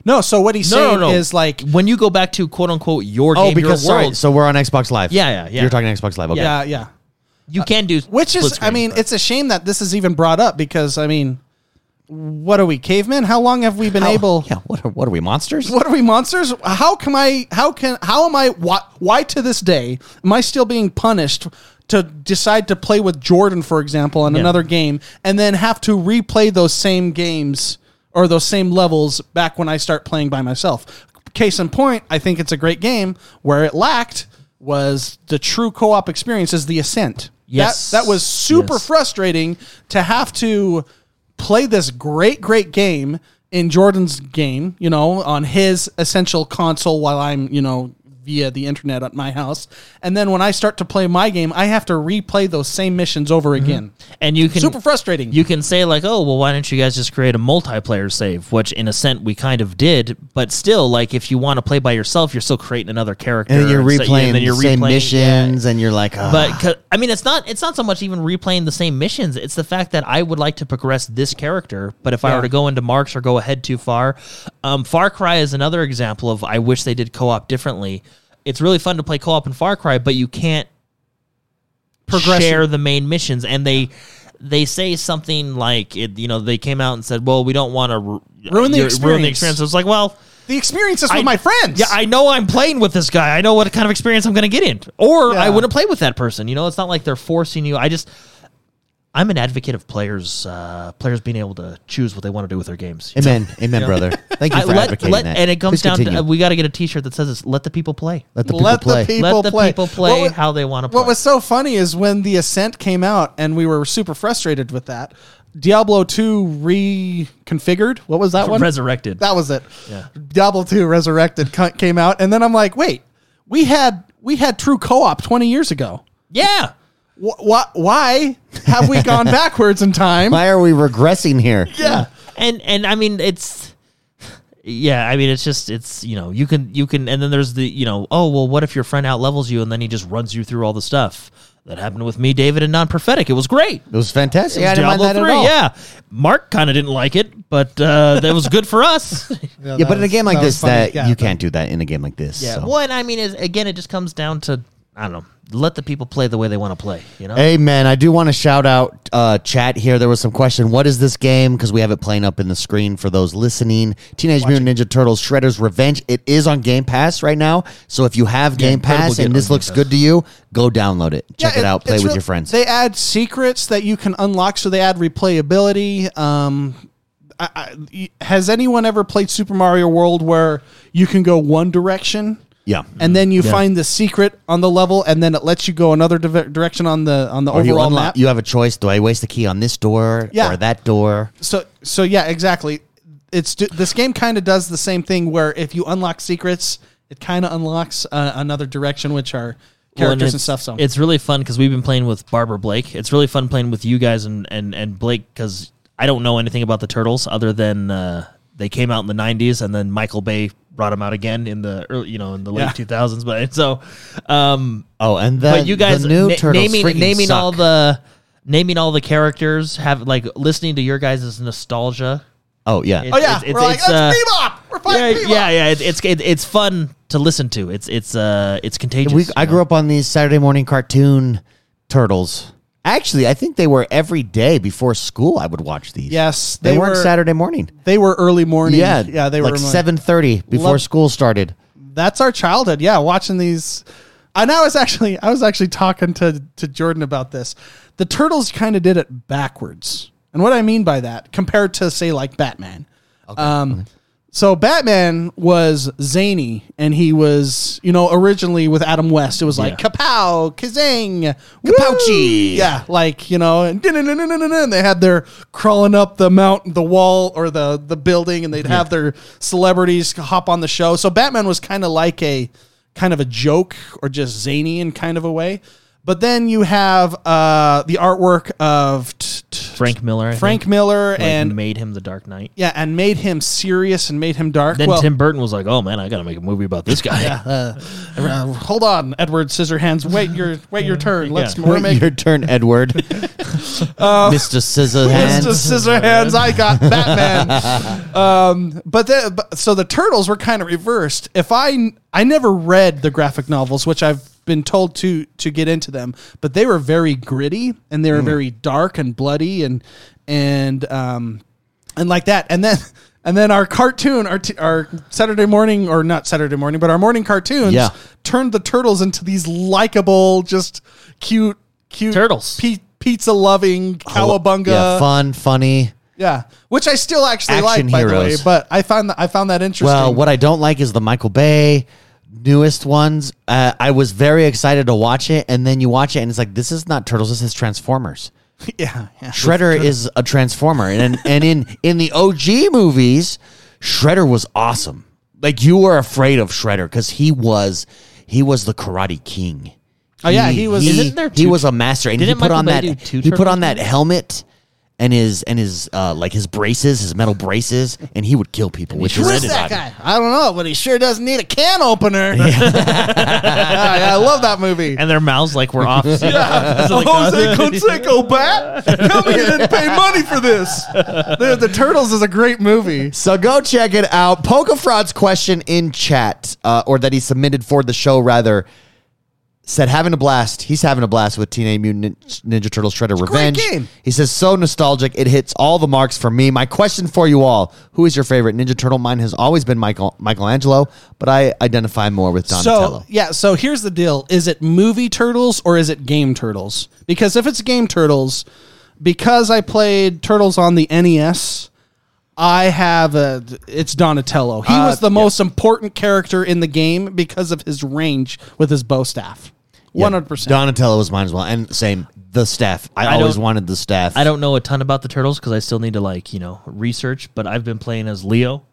S3: no, so what he's saying is like
S2: when you go back to quote unquote your game,
S1: Oh, because
S2: your
S1: sorry,
S2: world,
S1: so we're on Xbox Live.
S2: Yeah, yeah, yeah.
S1: You're talking Xbox Live. Okay.
S3: yeah, yeah.
S2: you can do
S3: Which
S2: split
S3: is, I
S2: screen,
S3: mean,
S2: but-
S3: it's a shame that this is even brought up because, I mean, what are we, cavemen? How long have we been
S1: How-
S3: able?
S1: Yeah. What are, what are we monsters?
S3: What are we, monsters? How can I? How can? How am I? Why, why to this day am I still being punished to decide to play with Jordan, for example, in another game, and then have to replay those same games or those same levels back when I start playing by myself? Case in point, I think it's a great game. Where it lacked was the true co-op experience is the Ascent.
S2: Yes.
S3: that, that was super
S2: Yes.
S3: frustrating to have to play this great, great game in Jordan's game, you know, on his essential console while I'm, you know, via the internet at my house. And then when I start to play my game, I have to replay those same missions over
S2: Mm-hmm.
S3: again.
S2: and you can
S3: Super frustrating.
S2: You can say like, "Oh, well, why don't you guys just create a multiplayer save?" Which, in a sense, we kind of did. But still, like, if you want to play by yourself, you're still creating another character,
S1: And then you're
S2: so- yeah,
S1: replaying
S2: and then you're
S1: the same
S2: replaying- yeah.
S1: missions, and you're like, ah.
S2: But 'cause- I mean, it's not it's not so much even replaying the same missions. It's the fact that I would like to progress this character, but if I were to go into marks or go ahead too far, um, Far Cry is another example of I wish they did co-op differently. It's really fun to play co-op in Far Cry, but you can't
S3: Progression.
S2: share the main missions, and they they say something like it. You know, they came out and said, "Well, we don't want to
S3: Ruin the
S2: Ruin the
S3: experience.
S2: experience. So it's like, well.
S3: The experiences with
S2: I-
S3: my friends.
S2: Yeah, I know I'm playing with this guy. I know what kind of experience I'm going to get in, or
S3: Yeah.
S2: I wouldn't play with that person. You know, it's not like they're forcing you. I just, I'm an advocate of players uh, players being able to choose what they want to do with their games.
S1: Amen. Amen, brother. Thank you
S2: I-
S1: for advocating
S2: let,
S1: that.
S2: And it comes
S1: Please
S2: down
S1: continue.
S2: to uh, we got to get a T-shirt that says this: "Let the people play."
S1: let the people play.
S2: Let the people play
S3: What wa-
S2: how they wanna
S3: What
S2: play.
S3: was so funny is when the Ascent came out and we were super frustrated with that. Diablo 2 reconfigured. What was that one?
S2: Resurrected.
S3: That was it.
S2: Yeah.
S3: Diablo 2 Resurrected cu- came out and then I'm like, "Wait, we had we had true co-op 20 years ago.
S2: yeah.
S3: Wh- wh- why have we gone backwards in time?"
S1: Why are we regressing here?
S3: yeah.
S2: and and I mean it's yeah, I mean it's just it's you know you can you can and then there's the you know oh well what if your friend outlevels you and then he just runs you through all the stuff that happened with me David and non prophetic it was great.
S1: It was fantastic.
S2: It
S1: I
S2: was
S1: didn't mind
S2: Diablo
S1: that at
S2: 3,
S1: all.
S2: Yeah, Mark kind of didn't like it, but uh, that was good for us.
S1: Yeah, but in a game like this, that you can't do that in a game like this.
S2: yeah.
S1: so.
S2: Well, and I mean is again it just comes down to I don't know let the people play the way they want to play. You know.
S1: Amen. I do want to shout out uh, chat here. There was some question. What is this game? Because we have it playing up in the screen for those listening. Teenage Mutant Ninja Turtles: Shredder's Revenge. It is on Game Pass right now. So if you have Game
S2: Incredible
S1: Pass
S2: game
S1: and this
S2: on Game
S1: looks good to you, go download it. Check
S3: Yeah,
S1: it out. Play
S3: it's
S1: with
S3: real-
S1: your friends.
S3: They add secrets that you can unlock, so they add replayability. Um, I, I- y- has anyone ever played Super Mario World where you can go one direction?
S1: yeah.
S3: And then you find the secret on the level, and then it lets you go another div- direction on the on the
S1: Or you
S3: overall
S1: unlock-
S3: map.
S1: You have a choice. Do I waste the key on this door
S3: Yeah.
S1: or that door?
S3: so so yeah, exactly. It's do- this game kind of does the same thing where if you unlock secrets, it kind of unlocks uh, another direction, which are
S2: Well,
S3: characters and,
S2: it's-
S3: stuff. So
S2: it's really fun because we've been playing with Barbara Blake. It's really fun playing with you guys and and and Blake because I don't know anything about the Turtles other than uh, they came out in the '90s and then Michael Bay brought them out again in the early, you know, in the late
S3: Yeah.
S2: 2000s. But so, um,
S1: Oh, and then
S2: but you guys
S1: the new
S2: na-
S1: turtles
S2: naming
S1: freaking
S2: naming all
S1: suck.
S2: the naming all the characters have like listening to your guys' nostalgia.
S1: Oh yeah.
S2: It-
S3: oh yeah,
S2: it's- it's-
S3: we're like
S2: it's,
S3: that's
S2: uh,
S3: Bebop. We're fighting
S2: yeah,
S3: Bebop.
S2: yeah, yeah. It, it's it, it's fun to listen to. It's it's uh it's contagious.
S1: We, I grew up on these Saturday morning cartoon turtles. Actually, I think they were every day before school. I would watch these.
S3: Yes,
S1: they,
S3: they
S1: weren't
S3: were-
S1: Saturday morning.
S3: They were early morning.
S1: Yeah,
S3: yeah, they were
S1: like
S3: early morning.
S1: seven thirty before
S3: Love-
S1: school started.
S3: That's our childhood. Yeah, watching these. And I was actually, I was actually talking to to Jordan about this. The turtles kind of did it backwards, and what I mean by that, compared to say like Batman. Um, so Batman was zany, and he was, you know, originally with Adam West, it was like
S2: Yeah.
S3: kapow, kazang,
S1: Kapouchy.
S3: woo! yeah, like you know, and, and they had their crawling up the mountain, the wall or the the building, and they'd have their celebrities hop on the show. So Batman was kind of like a kind of a joke or just zany in kind of a way. But then you have uh, the artwork of t- t-
S2: Frank Miller. I think,
S3: Frank Miller
S2: like,
S3: and
S2: made him the Dark Knight.
S3: yeah, and made him serious and made him dark.
S2: Then
S3: well,
S2: Tim Burton was like, "Oh man, I got to make a movie about this guy."
S3: uh, uh, hold on, Edward Scissorhands. Wait your wait your turn. Let's
S2: Yeah.
S3: we're
S1: Wait,
S3: making Uh,
S1: your turn, Edward. Mr.
S3: It's
S1: Scissorhands.
S3: just scissor hands. I got Batman. um, but, the, but so the turtles were kind of reversed. If I I never read the graphic novels, which I've been told to to get into them, but they were very gritty and they were very dark and bloody and and um and like that. And then and then our cartoon, our t- our Saturday morning or not Saturday morning, but our morning cartoons
S1: Yeah.
S3: turned the turtles into these likable, just cute. Cute
S2: Turtles.
S3: pizza loving cowabunga.
S1: Yeah, fun, funny.
S3: Yeah, which I still actually
S1: Action
S3: like, by the way.
S1: heroes.
S3: But I found that I found that interesting.
S1: Well, what I don't like is the Michael Bay newest ones. Uh, I was very excited to watch it, and then you watch it, and it's like this is not Turtles. This is Transformers.
S3: yeah, yeah.
S1: Shredder is a transformer, and and in in the OG movies, Shredder was awesome. Like you were afraid of Shredder because he was he was the Karate King.
S3: Oh, yeah, he was-
S1: He,
S2: Isn't there
S1: he
S2: two-
S1: was a master, and he
S2: didn't
S1: put
S2: Michael
S1: on
S2: Bay
S1: that
S2: do two
S1: he put
S2: Turtle
S1: on that helmet and his and his uh, like his braces, his metal braces, and he would kill people with his
S3: Who is that guy? I don't know, but he sure does need a can opener. Yeah, yeah, I love that movie.
S2: And their mouths like were off. So, like, uh,
S3: Jose Canseco, bat, come here and pay money for this. The, the Turtles is a great movie.
S1: So go check it out. Polka Fraud's question in chat, uh, or that he submitted for the show, rather, said having a blast. He's having a blast with Teenage Mutant Nin- Ninja Turtles Shredder
S3: great
S1: Revenge.
S3: game.
S1: He says so nostalgic. It hits all the marks for me. My question for you all: Who is your favorite Ninja Turtle? Mine has always been Michael Michelangelo, but I identify more with Donatello.
S3: So yeah, so here's the deal: is it movie turtles or is it game turtles? Because if it's game turtles, because I played Turtles on the NES. I have a. It's Donatello. He
S1: Uh,
S3: was the most important character in the game because of his range with his bow staff. One hundred percent.
S1: Donatello was mine as well, and same the staff. I,
S2: I
S1: always
S2: don't-
S1: wanted the staff.
S2: I don't know a ton about the turtles because I still need to like you know research. But I've been playing as Leo.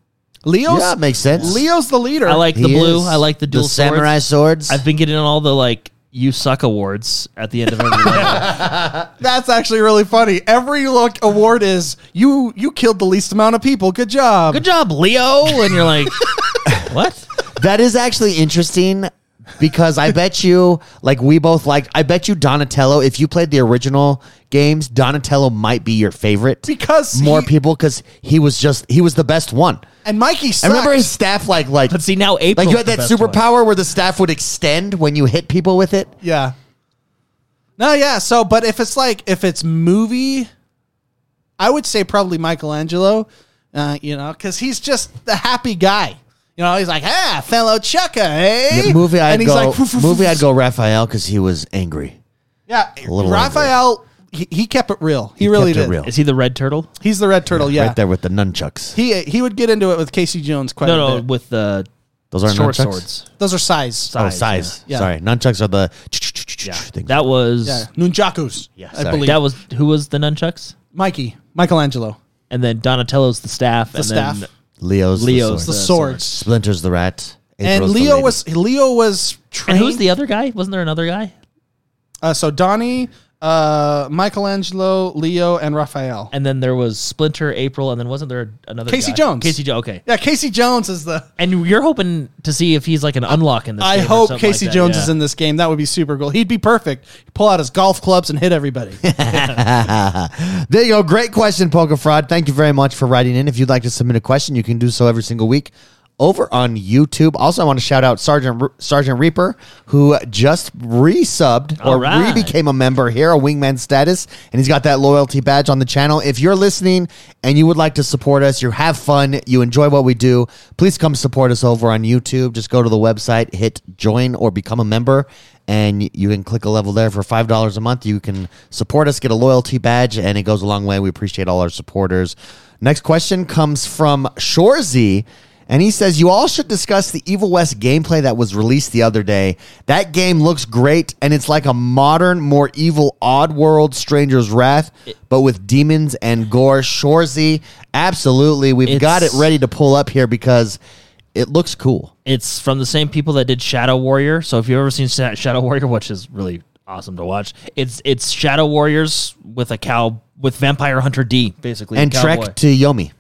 S3: Leo's
S1: Yeah, it makes sense.
S3: Leo's the leader.
S2: I like the
S1: He
S2: blue.
S1: is
S2: I like the dual swords.
S1: samurai swords.
S2: I've been getting all the like you suck awards at the end of every. level.
S3: That's actually really funny. Every look award is you. You killed the least amount of people. Good job.
S2: Good job, Leo. And you're like, what?
S1: That is actually interesting because I bet you, like we both liked, I bet you Donatello, if you played the original games, Donatello might be your favorite.
S3: Because
S1: more
S3: he-
S1: people, because he was just, he was the best one.
S3: And Mikey
S1: I
S3: sucked.
S1: remember his staff, like, like,
S2: But see now April.
S1: like you had that superpower where the staff would extend when you hit people with it.
S3: Yeah. No, yeah. So, but if it's like if it's movie, I would say probably Michelangelo. Uh, you know, because he's just the happy guy. You know, he's like, ah, fellow Chukka, hey.
S1: Yeah, movie, I'd
S3: and he's
S1: go,
S3: like, "Foof, foof,
S1: movie,
S3: foof."
S1: I'd go Raphael because he was angry.
S3: Yeah,
S1: little
S3: Raphael. He, he kept it real. He, really
S1: kept it
S3: did.
S1: real.
S2: Is he the red turtle?
S3: He's the red turtle. Oh, Yeah,
S1: Right there with the nunchucks.
S3: he he would get into it with Casey Jones quite a
S2: No, no,
S3: bit.
S2: with the
S1: Those aren't
S2: short
S1: nunchucks?
S2: swords.
S3: Those are size.
S1: Oh, size.
S3: yeah. Yeah.
S1: Sorry. Nunchucks are the
S2: Yeah.
S1: things.
S2: That was
S3: Yeah, nunchakus.
S2: Yes,
S3: I
S1: sorry.
S3: believe
S2: that was who was the nunchucks,
S3: Mikey Michelangelo.
S2: and then Donatello's the staff,
S3: The
S2: and then
S3: staff.
S1: Leo's.
S2: Leo's
S1: The
S3: The
S1: sword.
S3: swords.
S1: Splinter's the rat.
S3: And
S1: April's the
S3: Leo
S1: lady.
S3: was Leo was
S2: and
S3: trained.
S2: who's the other guy? Wasn't there another guy?
S3: Uh, so Donnie, uh, Michelangelo, Leo, and Raphael.
S2: And then there was Splinter, April, and then wasn't there another
S3: Casey
S2: guy?
S3: Jones.
S2: Casey Jones. Okay.
S3: yeah, Casey Jones is the.
S2: And you're hoping to see if he's like an unlock in this.
S3: I
S2: game or
S3: hope
S2: something
S3: Casey
S2: like that,
S3: Jones
S2: yeah.
S3: is in this game. That would be super cool. He'd be perfect. He'd pull out his golf clubs and hit everybody.
S1: There you go. Great question, Poker Fraud. Thank you very much for writing in. If you'd like to submit a question, you can do so every single week over on YouTube. Also, I want to shout out Sergeant Re- Sergeant Reaper, who just resubbed or
S2: All right.
S1: re-became a member here, a wingman status, and he's got that loyalty badge on the channel. If you're listening and you would like to support us, you have fun, you enjoy what we do, please come support us over on YouTube. Just go to the website, hit join or become a member, and you can click a level there for five dollars a month. You can support us, get a loyalty badge, and it goes a long way. We appreciate all our supporters. Next question comes from Shorzy. And he says, You all should discuss the Evil West gameplay that was released the other day. That game looks great, and it's like a modern, more evil Oddworld Stranger's Wrath, but with demons and gore. Shorzy, absolutely. We've got it
S2: It's-
S1: ready to pull up here because it looks cool.
S2: It's from the same people that did Shadow Warrior. So if you've ever seen Sha- Shadow Warrior, which is really awesome to watch, it's it's Shadow Warriors with a cow with Vampire Hunter D basically a
S1: And
S2: cowboy.
S1: Trek to Yomi.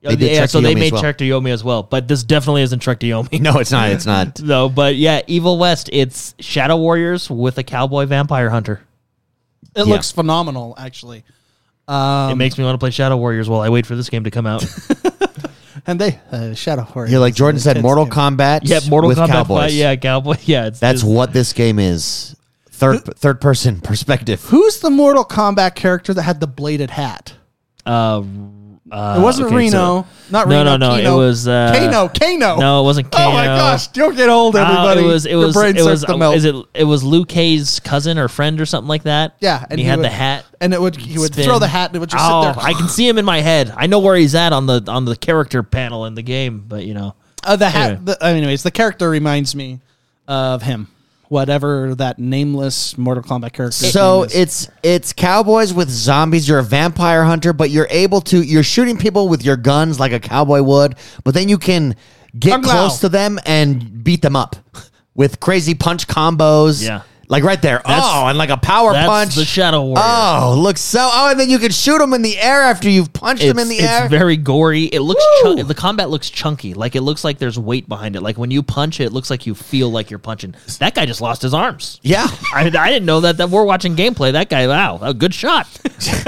S2: Yeah, yeah,
S1: Trek
S2: so
S1: to
S2: they
S1: Yomi as
S2: made
S1: well.
S2: Trek to Yomi as well, but this definitely isn't Trek to Yomi.
S1: No, it's not. It's not.
S2: No, but yeah, Evil West. It's Shadow Warriors with a cowboy vampire hunter.
S3: It looks phenomenal, actually. Um,
S2: it
S1: Um,
S2: makes me want to play Shadow Warriors while I wait for this game to come out.
S3: And they uh, Shadow Warrior.
S1: You're like Jordan said, Mortal Kombat.
S2: yeah, Mortal
S1: with
S2: Kombat.
S1: Cowboys.
S2: Fight, yeah, cowboy. Yeah, it's,
S1: That's
S2: it's-
S1: what this game is. Third, third person perspective.
S3: Who's the Mortal Kombat character that had the bladed hat?
S2: Uh,
S3: it wasn't
S2: okay,
S3: Reno. not
S2: No,
S3: Reno.
S2: no, no, it
S3: Kano.
S2: was, uh,
S3: Kano. Kano.
S2: No, it wasn't. Kano.
S3: Oh my gosh! Don't get old,
S2: Uh,
S3: everybody.
S2: it was. It
S3: Your
S2: was.
S3: brain
S2: It was.
S3: starts to
S2: uh,
S3: melt.
S2: Is it? It was Liu Kei's cousin or friend or something like that.
S3: Yeah,
S2: and he, had
S3: would-
S2: the hat.
S3: and it would he would
S2: spin.
S3: throw the hat and it would just
S2: oh,
S3: sit there.
S2: I can see him in my head. I know where he's at on the on the character panel in the game, but you know,
S3: Uh, the hat.
S2: Anyway.
S3: The, anyways, the character reminds me of him. Whatever that nameless Mortal Kombat character.
S1: So it's it's cowboys with zombies. You're a vampire hunter, but you're able to you're shooting people with your guns like a cowboy would, but then you can get
S3: Kung Lao.
S1: close to them and beat them up with crazy punch combos.
S2: Yeah.
S1: Like right there. oh, and like a power
S2: that's
S1: punch.
S2: the Shadow Warrior.
S1: Oh, looks so. Oh, and then you can shoot them in the air after you've punched them in
S2: it's,
S1: the
S2: it's
S1: air.
S2: very gory. It looks chun- the combat looks chunky. Like it looks like there's weight behind it. Like when you punch it, it looks like you feel like you're punching. That guy just lost his arms.
S1: yeah.
S2: I, I didn't know that. That we're watching gameplay. That guy, wow, a good shot.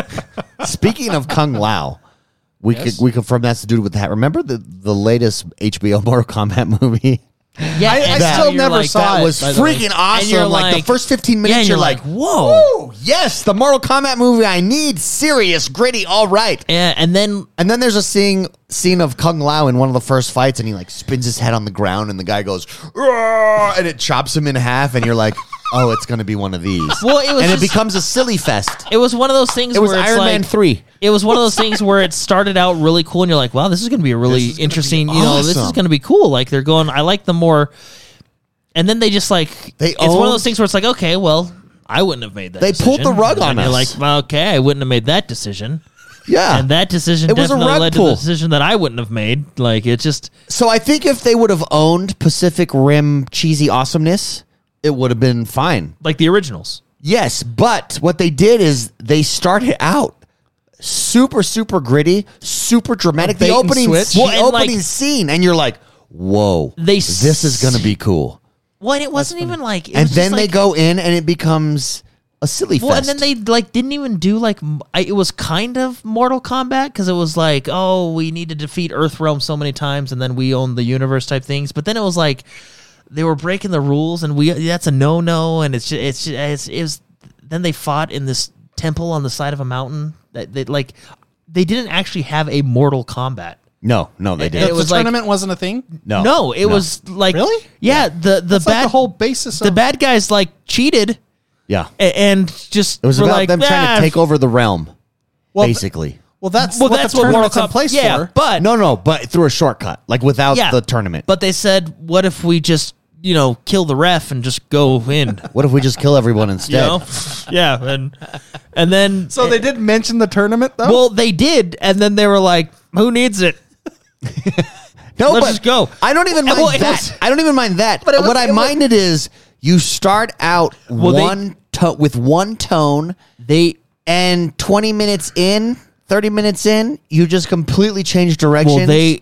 S1: Speaking of Kung Lao, we could we confirm that's the dude with the hat. Remember the the latest HBO Mortal Kombat movie?
S2: Yeah,
S3: I still never saw
S1: that
S3: it,
S1: was
S3: by the way.
S1: freaking
S2: And you're
S1: awesome. Like,
S2: like-
S1: the first 15 minutes,
S2: yeah, and
S1: you're,
S2: you're
S1: like,
S2: like, whoa.
S1: "Whoa, yes, the Mortal Kombat movie I need, serious, gritty, all right."
S2: Yeah, and then
S1: And then there's a scene scene of Kung Lao in one of the first fights, and he like spins his head on the ground, and the guy goes, "Roar," and it chops him in half, and you're like, oh, it's gonna be one of these.
S2: Well, it was
S1: and it
S2: just-
S1: becomes a silly fest.
S2: It was one of those things
S1: It was
S2: where it's
S1: Iron
S2: like,
S1: Man three.
S2: It was one of those things where it started out really cool, and you're like, "Wow, this is going to be a really
S1: This is gonna be
S2: interesting." You know, this is
S1: awesome.
S2: going to be cool. Like they're going, I like the more. And then they just like
S1: They
S2: it's one of
S1: own-
S2: those things where it's like, okay, well, I wouldn't have made that.
S1: They pulled the
S2: decision.
S1: rug on
S2: and You're
S1: us.
S2: like, well, okay, I wouldn't have made that decision,
S1: Yeah.
S2: and that decision
S1: It was a
S2: definitely
S1: rug
S2: led to
S1: pull.
S2: the decision that I wouldn't have made. Like it just
S1: so I think if they would have owned Pacific Rim cheesy awesomeness, it would have been fine.
S2: like the originals.
S1: Yes, but what they did is they started out super, super gritty, super dramatic. The
S3: bait and
S1: opening,
S3: switch.
S1: the
S2: Well, and, like-
S1: opening scene, and you're like, "Whoa,
S2: They
S1: this is gonna be cool."
S2: Well, and it wasn't even like, it
S1: And
S2: was just
S1: then they
S2: like-
S1: go in, and it becomes a silly
S2: Well,
S1: fest.
S2: and then they like didn't even do like m- I, it was kind of Mortal Kombat because it was like, oh, we need to defeat Earthrealm so many times, and then we own the universe type things. But then it was like they were breaking the rules, and we that's a no no, and it's just, it's just, it's it was. Then they fought in this temple on the side of a mountain. That they like they didn't actually have a Mortal Kombat.
S1: no, no, they
S2: It
S1: didn't.
S3: the
S2: was like-
S3: tournament wasn't a thing.
S1: No,
S2: no, it was like
S3: Really?
S2: yeah. The the
S3: It's
S2: bad
S3: like the whole basis of
S2: the bad guys like cheated
S1: yeah.
S2: a- and just
S1: It was
S2: were
S1: about
S2: like,
S1: them trying
S2: "Ah,
S1: to take over the realm,
S3: Well, th-
S1: basically.
S3: Well, that's
S2: well,
S3: what
S2: that's
S3: the
S2: what Mortal
S3: tournament's in
S2: Kombat
S3: place
S2: yeah,
S3: for.
S2: But
S1: no, no, but through a shortcut, like without
S2: yeah,
S1: the tournament.
S2: But they said, what if we just you know kill the ref and just go in?
S1: what if we just kill everyone
S2: You
S1: instead?
S2: know, yeah, and and then
S3: so they did mention the tournament though.
S2: well they did, and then they were like, who needs it?
S1: No,
S2: Let's
S1: but
S2: just go.
S1: I don't even
S2: Well,
S1: mind
S2: it
S1: that.
S2: was-
S1: I don't even mind that.
S2: But it was-
S1: what
S2: it
S1: I
S2: was-
S1: minded is you start out
S2: Well, they-
S1: one to- with one tone. They and twenty minutes in, thirty minutes in, you just completely change direction.
S2: Well, they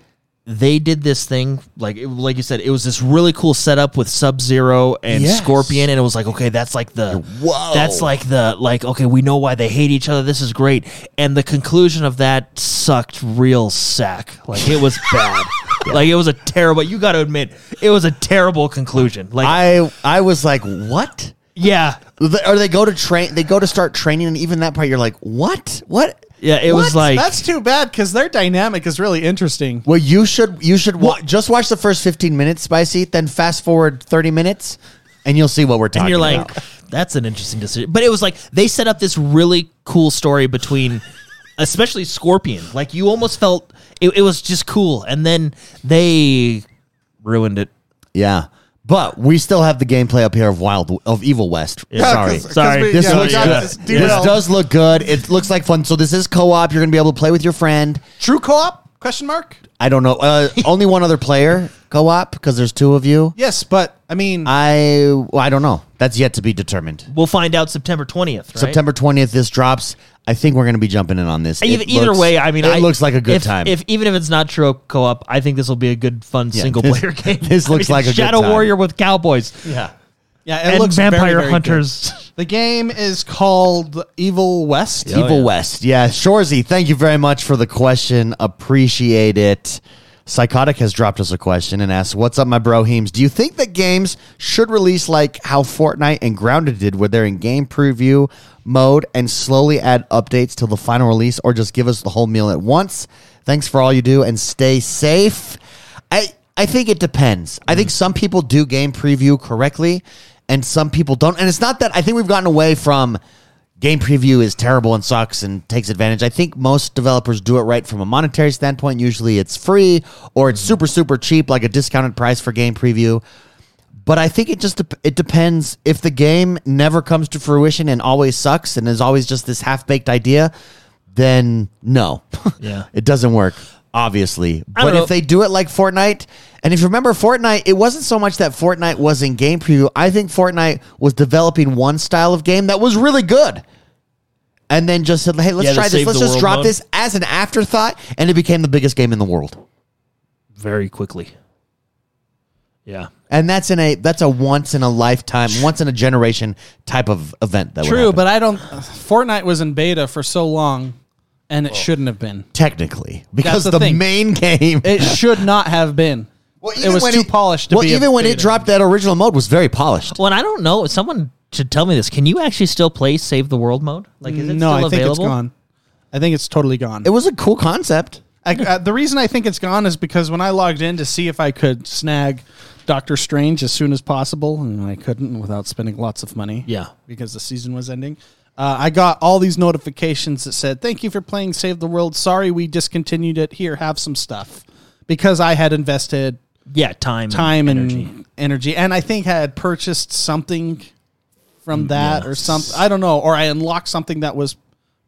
S2: they did this thing like it- like you said, it was this really cool setup with Sub Zero and
S1: Yes.
S2: Scorpion, and it was like okay, that's like the
S1: Whoa.
S2: that's like the like okay, we know why they hate each other. This is great, and the conclusion of that sucked real sack. Like it was bad. Like it was a terrible. You got to admit, it was a terrible conclusion. Like
S1: I I was like, what?
S2: yeah.
S1: The- Or they go to train. They go to start training, and even that part, you're like, what? What?
S2: Yeah, it was
S3: What?
S2: like
S3: that's too bad because their dynamic is really interesting.
S1: Well, you should you should wa- just watch the first fifteen minutes, spicy. Then fast forward thirty minutes, and you'll see what we're talking.
S2: and you're like,
S1: about.
S2: that's an interesting decision. But it was like they set up this really cool story between, especially Scorpion. Like you almost felt it, it was just cool, and then they ruined it.
S1: Yeah. But we still have the gameplay up here of Wild of Evil West.
S2: Yeah,
S1: Sorry.
S3: 'cause- 'cause
S2: Sorry.
S3: we-
S1: This
S3: yeah, we
S1: looks
S3: got
S1: good.
S3: this
S1: This
S3: derailed.
S1: does look good. It looks like fun. So this is co-op. You're going to be able to play with your friend.
S3: True co-op? Question mark?
S1: I don't know. Uh, only one other player co-op because there's two of you.
S3: Yes, but I mean,
S2: Uh,
S1: I well, I don't know. That's yet to be determined.
S2: We'll find out September twentieth. Right?
S1: September 20th this drops. I think we're going to be jumping in on this.
S2: Either,
S1: It
S2: either
S1: looks-
S2: way, I mean,
S1: it
S2: I,
S1: looks like a good
S2: if-
S1: time.
S2: If even if it's not true co-op, I think this will be a good, fun single player
S1: this-
S2: game.
S1: this
S2: I
S1: looks like a good
S2: Shadow
S1: time.
S2: Warrior with cowboys
S1: yeah.
S3: yeah, it
S2: and
S3: looks very,
S2: vampire
S3: very good.
S2: hunters. Oh,
S3: The game is called Evil West. Oh,
S1: Evil West. Yeah, Shorzy, thank you very much for the question. Appreciate it. Psychotic has dropped us a question and asked, What's up, my bro Heems? Do you think that games should release like how Fortnite and Grounded did, where they're in game preview mode and slowly add updates till the final release, or just give us the whole meal at once? Thanks for all you do and stay safe. I, I think it depends. I think some people do game preview correctly and some people don't. And it's not that I think we've gotten away from game preview is terrible and sucks and takes advantage. I think most developers do it right from a monetary standpoint. Usually it's free or it's super super cheap like a discounted price for game preview. But I think it just dep it depends if the game never comes to fruition and always sucks and is always just this half-baked idea, then no.
S2: Yeah.
S1: it doesn't work. Obviously,
S2: I don't
S1: but
S2: know.
S1: if they do it like Fortnite, and if you remember Fortnite, it wasn't so much that Fortnite was in game preview. I think Fortnite was developing one style of game that was really good and then just said, "Hey, let's
S2: Yeah, the
S1: try this.
S2: save
S1: Let's
S2: the
S1: just
S2: world
S1: drop
S2: mode.
S1: this as an afterthought," and it became the biggest game in the world.
S2: Very quickly. Yeah.
S1: And that's in a that's a once in a lifetime, once in a generation type of event. That would
S3: True,
S1: happen.
S3: but I don't. Fortnite was in beta for so long, and it shouldn't have been.
S1: technically, because
S3: That's
S1: the,
S3: the thing.
S1: main game,
S3: It should not have been. it
S1: even
S3: was
S1: when
S3: too polished to
S1: well,
S3: be. a
S1: even when it
S3: beta.
S1: dropped, that original mode was very polished.
S2: Well, and I don't know. Someone should tell me this. Can you actually still play Save the World mode? Like, is it
S3: no, I
S2: still
S3: think
S2: available?
S3: it's gone. I think it's totally gone.
S1: It was a cool concept.
S3: I, uh, the reason I think it's gone is because when I logged in to see if I could snag Doctor Strange as soon as possible, and I couldn't without spending lots of money.
S2: Yeah.
S3: because the season was ending. Uh, I got all these notifications that said, "Thank you for playing Save the World. Sorry we discontinued it. Here, have some stuff," because I had invested
S2: Yeah, time,
S3: time and
S2: energy.
S3: energy, and I think I had purchased something
S2: Mm,
S3: from that or something. I don't know, or I unlocked something that was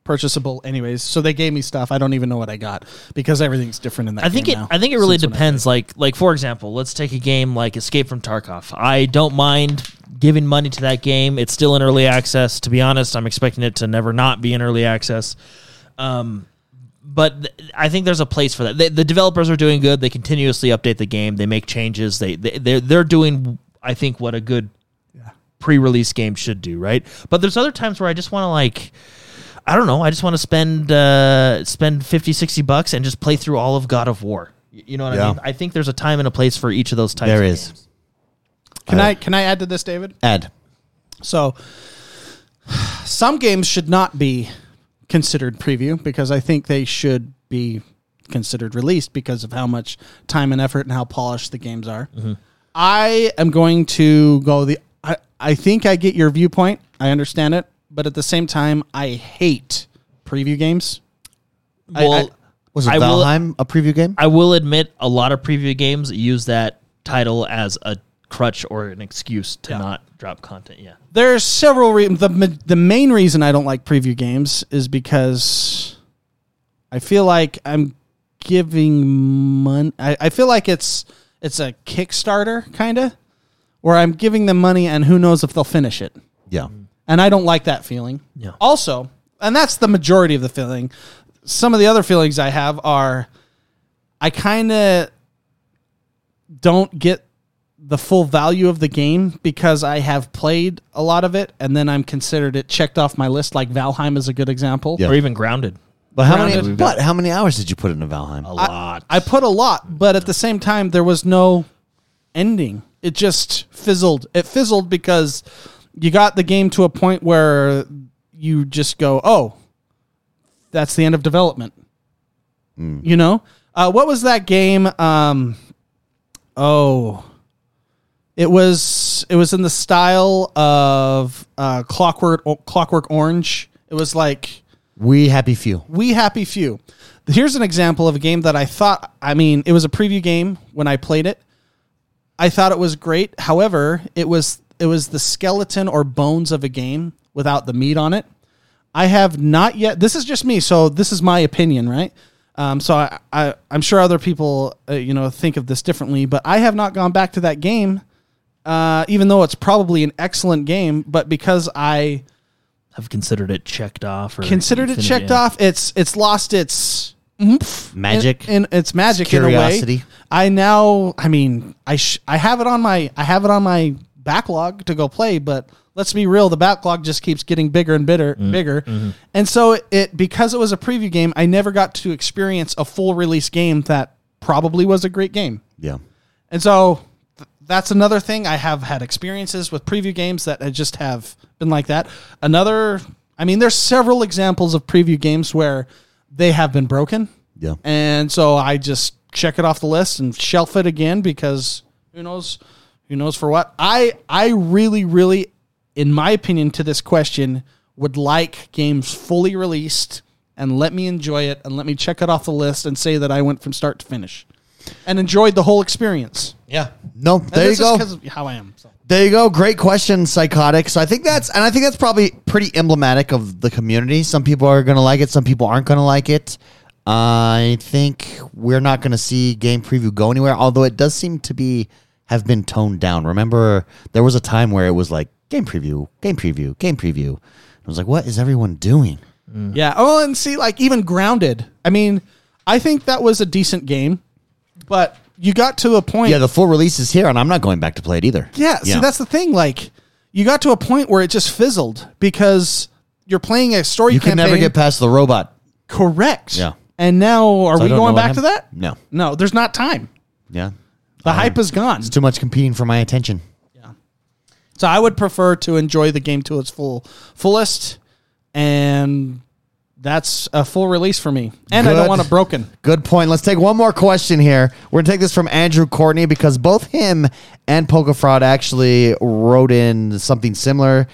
S3: purchasable. Anyways, so they gave me stuff. I don't even know what I got because everything's different in that.
S2: I think it.
S3: game now
S2: I think it really
S3: since when I
S2: depends. Like, like for example, let's take a game like Escape from Tarkov. I don't mind giving money to that game. It's still in early access. To be honest, I'm expecting it to never not be in early access. Um, but th- I think there's a place for that. They, the developers are doing good. They continuously update the game. They make changes. They they they're, they're doing. I think what a good pre-release game should do, right? But there's other times where I just want to like. I don't know. I just want to spend uh, spend 50, 60 bucks and just play through all of God of War. Y- You know what I
S1: Yeah.
S2: mean? I think there's a time and a place for each of those types.
S4: There
S2: of
S4: is.
S2: games.
S3: Can I can I add to this, David?
S4: Ed.
S3: So, some games should not be considered preview because I think they should be considered released because of how much time and effort and how polished the games are. I am going to go the. I, I think I get your viewpoint. I understand it, but at the same time, I hate preview games. I-
S2: Well,
S1: Was it
S2: I will-
S1: Valheim a preview game?
S2: I will admit a lot of preview games use that title as a crutch or an excuse to not drop content. Yeah.
S3: There's several reasons. The, ma- the main reason I don't like preview games is because I feel like I'm giving money. I, I feel like it's it's a Kickstarter kind of where I'm giving them money and who knows if they'll finish it.
S1: yeah.
S3: And I don't like that feeling.
S2: Yeah.
S3: Also, and that's the majority of the feeling. Some of the other feelings I have are I kind of don't get the full value of the game because I have played a lot of it and then I'm considered it checked off my list. Like Valheim is a good example.
S1: Yeah.
S2: Or even grounded.
S4: But how
S3: Grounded.
S4: many? But how many hours did you put into Valheim?
S2: A
S4: Oh,
S2: lot.
S3: I put a lot, but at the same time, there was no ending. It just fizzled. It fizzled because you got the game to a point where you just go, oh, that's the end of development. You know? Uh, what was that game? Um, oh. It was it was in the style of uh, Clockwork Clockwork Orange. It was like
S1: We happy few.
S3: we Happy Few. Here's an example of a game that I thought, I mean, it was a preview game when I played it. I thought it was great. However, it was it was the skeleton or bones of a game without the meat on it. I have not yet. This is just me, so this is my opinion, right? Um, so I, I I'm sure other people uh, you know think of this differently, but I have not gone back to that game, uh, even though it's probably an excellent game. But because I
S2: have considered it checked off or
S3: considered it
S2: finished-
S3: checked
S2: yeah.
S3: off. It's it's lost its oomph
S4: Magic.
S3: and, and it's magic
S4: It's
S3: in a way.
S4: curiosity.
S3: I now, I mean, I sh- I have it on my I have it on my backlog to go play, but let's be real, the backlog just keeps getting bigger and bigger,
S4: Mm.
S3: bigger,
S4: Mm-hmm.
S3: and so it, it because it was a preview game, I never got to experience a full release game that probably was a great game.
S1: Yeah.
S3: And so th- that's another thing. I have had experiences with preview games that I just have been like that. Another, I mean, there's several examples of preview games where they have been broken.
S1: Yeah.
S3: And so I just check it off the list and shelf it again because who knows, who knows for what. I I really really, in my opinion, to this question would like games fully released and let me enjoy it and let me check it off the list and say that I went from start to finish and enjoyed the whole experience.
S2: Yeah.
S1: No,
S3: And
S1: there you
S3: this is
S1: go.
S3: 'cause of how I am. so.
S1: There you go. Great question, psychotic. So I think that's and I think that's probably pretty emblematic of the community. Some people are gonna like it, some people aren't gonna like it. I think we're not gonna see game preview go anywhere, although it does seem to be have been toned down. Remember there was a time where it was like game preview, game preview, game preview. I was like, what is everyone doing?
S3: Yeah. Oh, and see, like even grounded. I mean, I think that was a decent game, but you got to a point.
S1: Yeah, the full release is here and I'm not going back to play it either.
S3: Yeah, see that's the thing. Like you got to a point where it just fizzled because you're playing a story
S1: you can
S3: campaign.
S1: never get past the robot.
S3: correct.
S1: Yeah.
S3: And now are
S1: So I
S3: we
S1: don't
S3: going
S1: know what
S3: back to
S1: happened.
S3: that?
S1: No.
S3: No, there's not time.
S1: Yeah.
S3: The hype is gone.
S1: It's too much competing for my attention.
S3: So I would prefer to enjoy the game to its full fullest and That's a full release for me, and I
S1: Good.
S3: don't want it broken.
S1: Good point. Let's take one more question here. We're gonna take this from Andrew Courtney because both him and Polka Fraud actually wrote in something similar.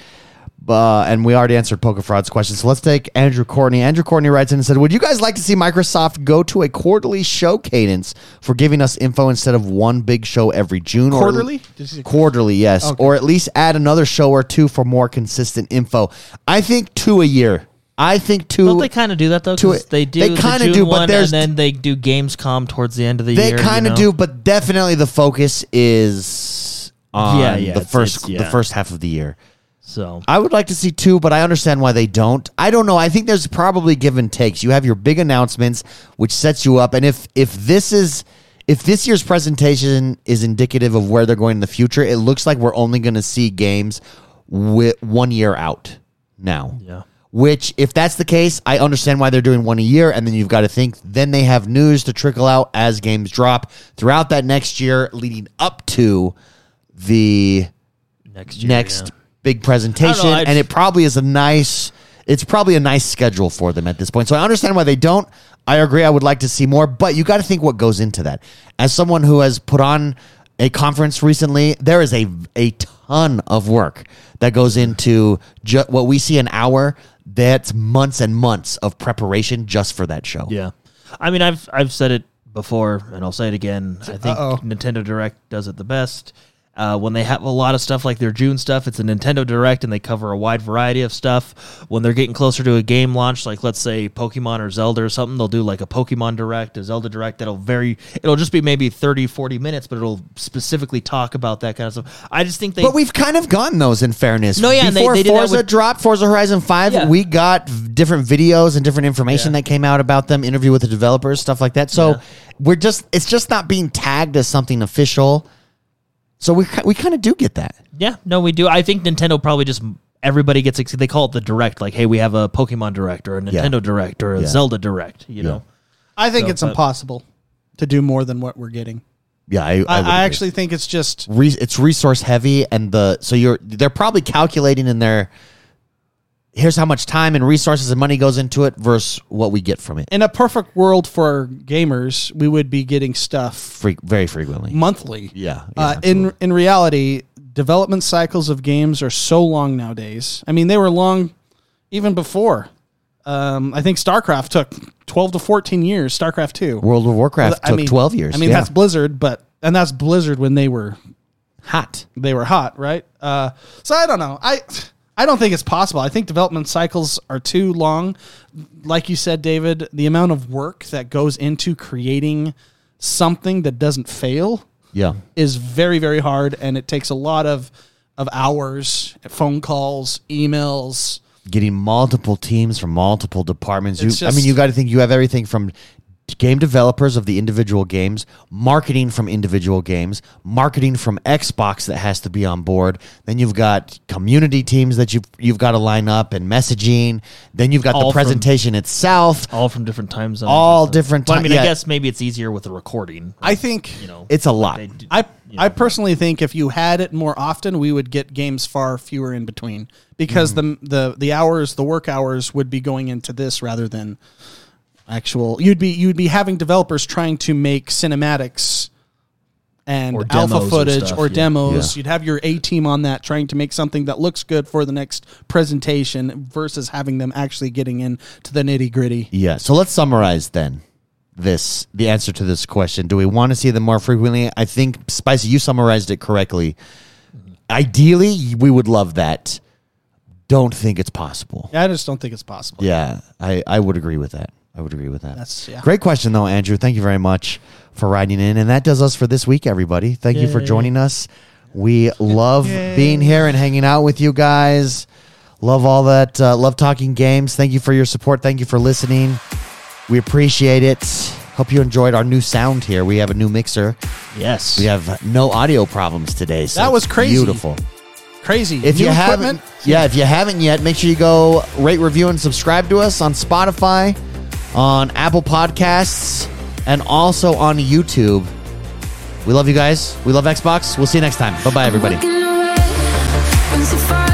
S1: Uh, and we already answered Polka Fraud's question. So let's take Andrew Courtney. Andrew Courtney writes in and said, Would you guys like to see Microsoft go to a quarterly show cadence for giving us info instead of one big show every June? or-
S3: Quarterly? Did you say-
S1: quarterly, yes. Or at least add another show or two for more consistent info. I think two a year. I think 2
S2: Don't they kind of do that though?
S1: to
S2: 'Cause
S1: it-
S2: They do.
S1: they
S2: the
S1: kinda
S2: June
S1: do, but
S2: one,
S1: there's-
S2: and then they do Gamescom towards the end of the
S1: They
S2: year.
S1: kind of
S2: you know?
S1: do, but definitely the focus is on
S2: Yeah, yeah,
S1: the
S2: it's-
S1: first
S2: it's- yeah.
S1: the first half of the year.
S2: So
S1: I would like to see two, but I understand why they don't. I don't know. I think there's probably give and takes. You have your big announcements, which sets you up, and if if this is if this year's presentation is indicative of where they're going in the future, it looks like we're only going to see games with one year out now.
S2: Yeah.
S1: Which, if that's the case, I understand why they're doing one a year, and then you've got to think. Then they have news to trickle out as games drop throughout that next year, leading up to the
S2: next year,
S1: next
S2: yeah.
S1: big presentation,
S2: I don't know, I
S1: and
S2: just-
S1: it probably is a nice. It's probably a nice schedule for them at this point. So I understand why they don't. I agree. I would like to see more, but you got to think what goes into that. As someone who has put on a conference recently, there is a a ton of work that goes into ju- what we see an hour. That's months and months of preparation just for that show.
S2: Yeah, I mean, I've I've said it before, and I'll say it again. I think Nintendo Direct does it the best. Uh, when they have a lot of stuff like their June stuff, it's a Nintendo Direct, and they cover a wide variety of stuff. When they're getting closer to a game launch, like let's say Pokemon or Zelda or something, they'll do like a Pokemon Direct, a Zelda Direct. That'll very, it'll just be maybe 30, 40 minutes, but it'll specifically talk about that kind of stuff. I just think they.
S1: But we've kind of gotten those in fairness.
S2: No, yeah, and they-
S1: Before
S2: they did that
S1: Forza
S2: with-
S1: dropped, Forza Horizon 5,
S2: Yeah.
S1: we got v- different videos and different information that came out about them, interview with the developers, stuff like that. So we're just, it's just not being tagged as something official. So we, ki- we kind of do get that.
S2: Yeah, no, we do. I think Nintendo probably just everybody gets ex- they call it the direct. Like, hey, we have a Pokemon direct or a Nintendo direct or a Zelda direct. You know,
S3: I think it's
S2: but-
S3: impossible to do more than what we're getting.
S1: Yeah, I,
S3: I,
S1: would
S3: I
S1: agree.
S3: actually think it's just
S1: Re- it's resource heavy and the so you're they're probably calculating in their here's how much time and resources and money goes into it versus what we get from it
S3: in a perfect world for gamers, we would be getting stuff
S1: Fre- very frequently.
S3: monthly.
S1: Yeah, yeah,
S3: uh, in in reality, development cycles of games are so long nowadays. I mean, they were long even before. Um, I think StarCraft took twelve to fourteen years. StarCraft two.
S1: World of Warcraft
S3: I
S1: took
S3: mean-
S1: 12 years.
S3: I mean,
S1: Yeah.
S3: that's Blizzard, but and that's Blizzard when they were
S1: hot.
S3: they were hot, right? Uh, so I don't know. I I don't think it's possible. I think development cycles are too long. Like you said, David, the amount of work that goes into creating something that doesn't fail
S1: Yeah.
S3: is very very hard, and it takes a lot of of hours, phone calls, emails.
S1: getting multiple teams from multiple departments. You,
S3: It's
S1: I mean,
S3: just-
S1: you got to think you have everything from game developers of the individual games, marketing from individual games, marketing from Xbox that has to be on board. Then you've got community teams that you you've got to line up and messaging. Then you've got
S2: All
S1: the
S2: from-
S1: presentation itself.
S2: all from different time zones.
S1: All
S2: and stuff.
S1: different
S2: But I
S1: ti-
S2: mean,
S1: yeah.
S2: I guess maybe it's easier with the recording.
S3: I think
S2: you know,
S1: It's a lot.
S2: they do-
S3: I I personally think if you had it more often, we would get games far fewer in between because
S2: Mm-hmm.
S3: the the the hours, the work hours, would be going into this rather than actual. You'd be you'd be having developers trying to make cinematics and
S2: Or
S3: alpha
S2: demos or
S3: footage
S2: stuff,
S3: or
S2: yeah.
S3: demos.
S1: Yeah.
S3: You'd have your A team on that trying to make something that looks good for the next presentation versus having them actually getting into the nitty gritty.
S1: Yeah. So let's summarize then this the answer to this question. Do we want to see them more frequently? I think Spicy, you summarized it correctly. Ideally, we would love that. Don't think it's possible.
S3: I just don't think it's possible.
S1: Yeah, I, I would agree with that. I would agree with that.
S3: That's- yeah.
S1: Great question though, Andrew. Thank you very much for writing in. And that does us for this week, everybody. Thank you for joining us. We love being here and hanging out with you guys. Love all that. Uh, love talking games. Thank you for your support. Thank you for listening. We appreciate it. Hope you enjoyed our new sound here. We have a new mixer.
S2: yes,
S1: We have no audio problems today. So
S3: That was
S1: it's
S3: crazy.
S1: Beautiful.
S3: Crazy.
S1: If
S3: New
S1: you
S3: equipment,
S1: haven't, yeah, if you haven't yet, make sure you go rate, review, and subscribe to us on Spotify, on Apple Podcasts, and also on YouTube. We love you guys. We love Xbox. We'll see you next time. Bye bye, everybody.
S5: Looking away, been so far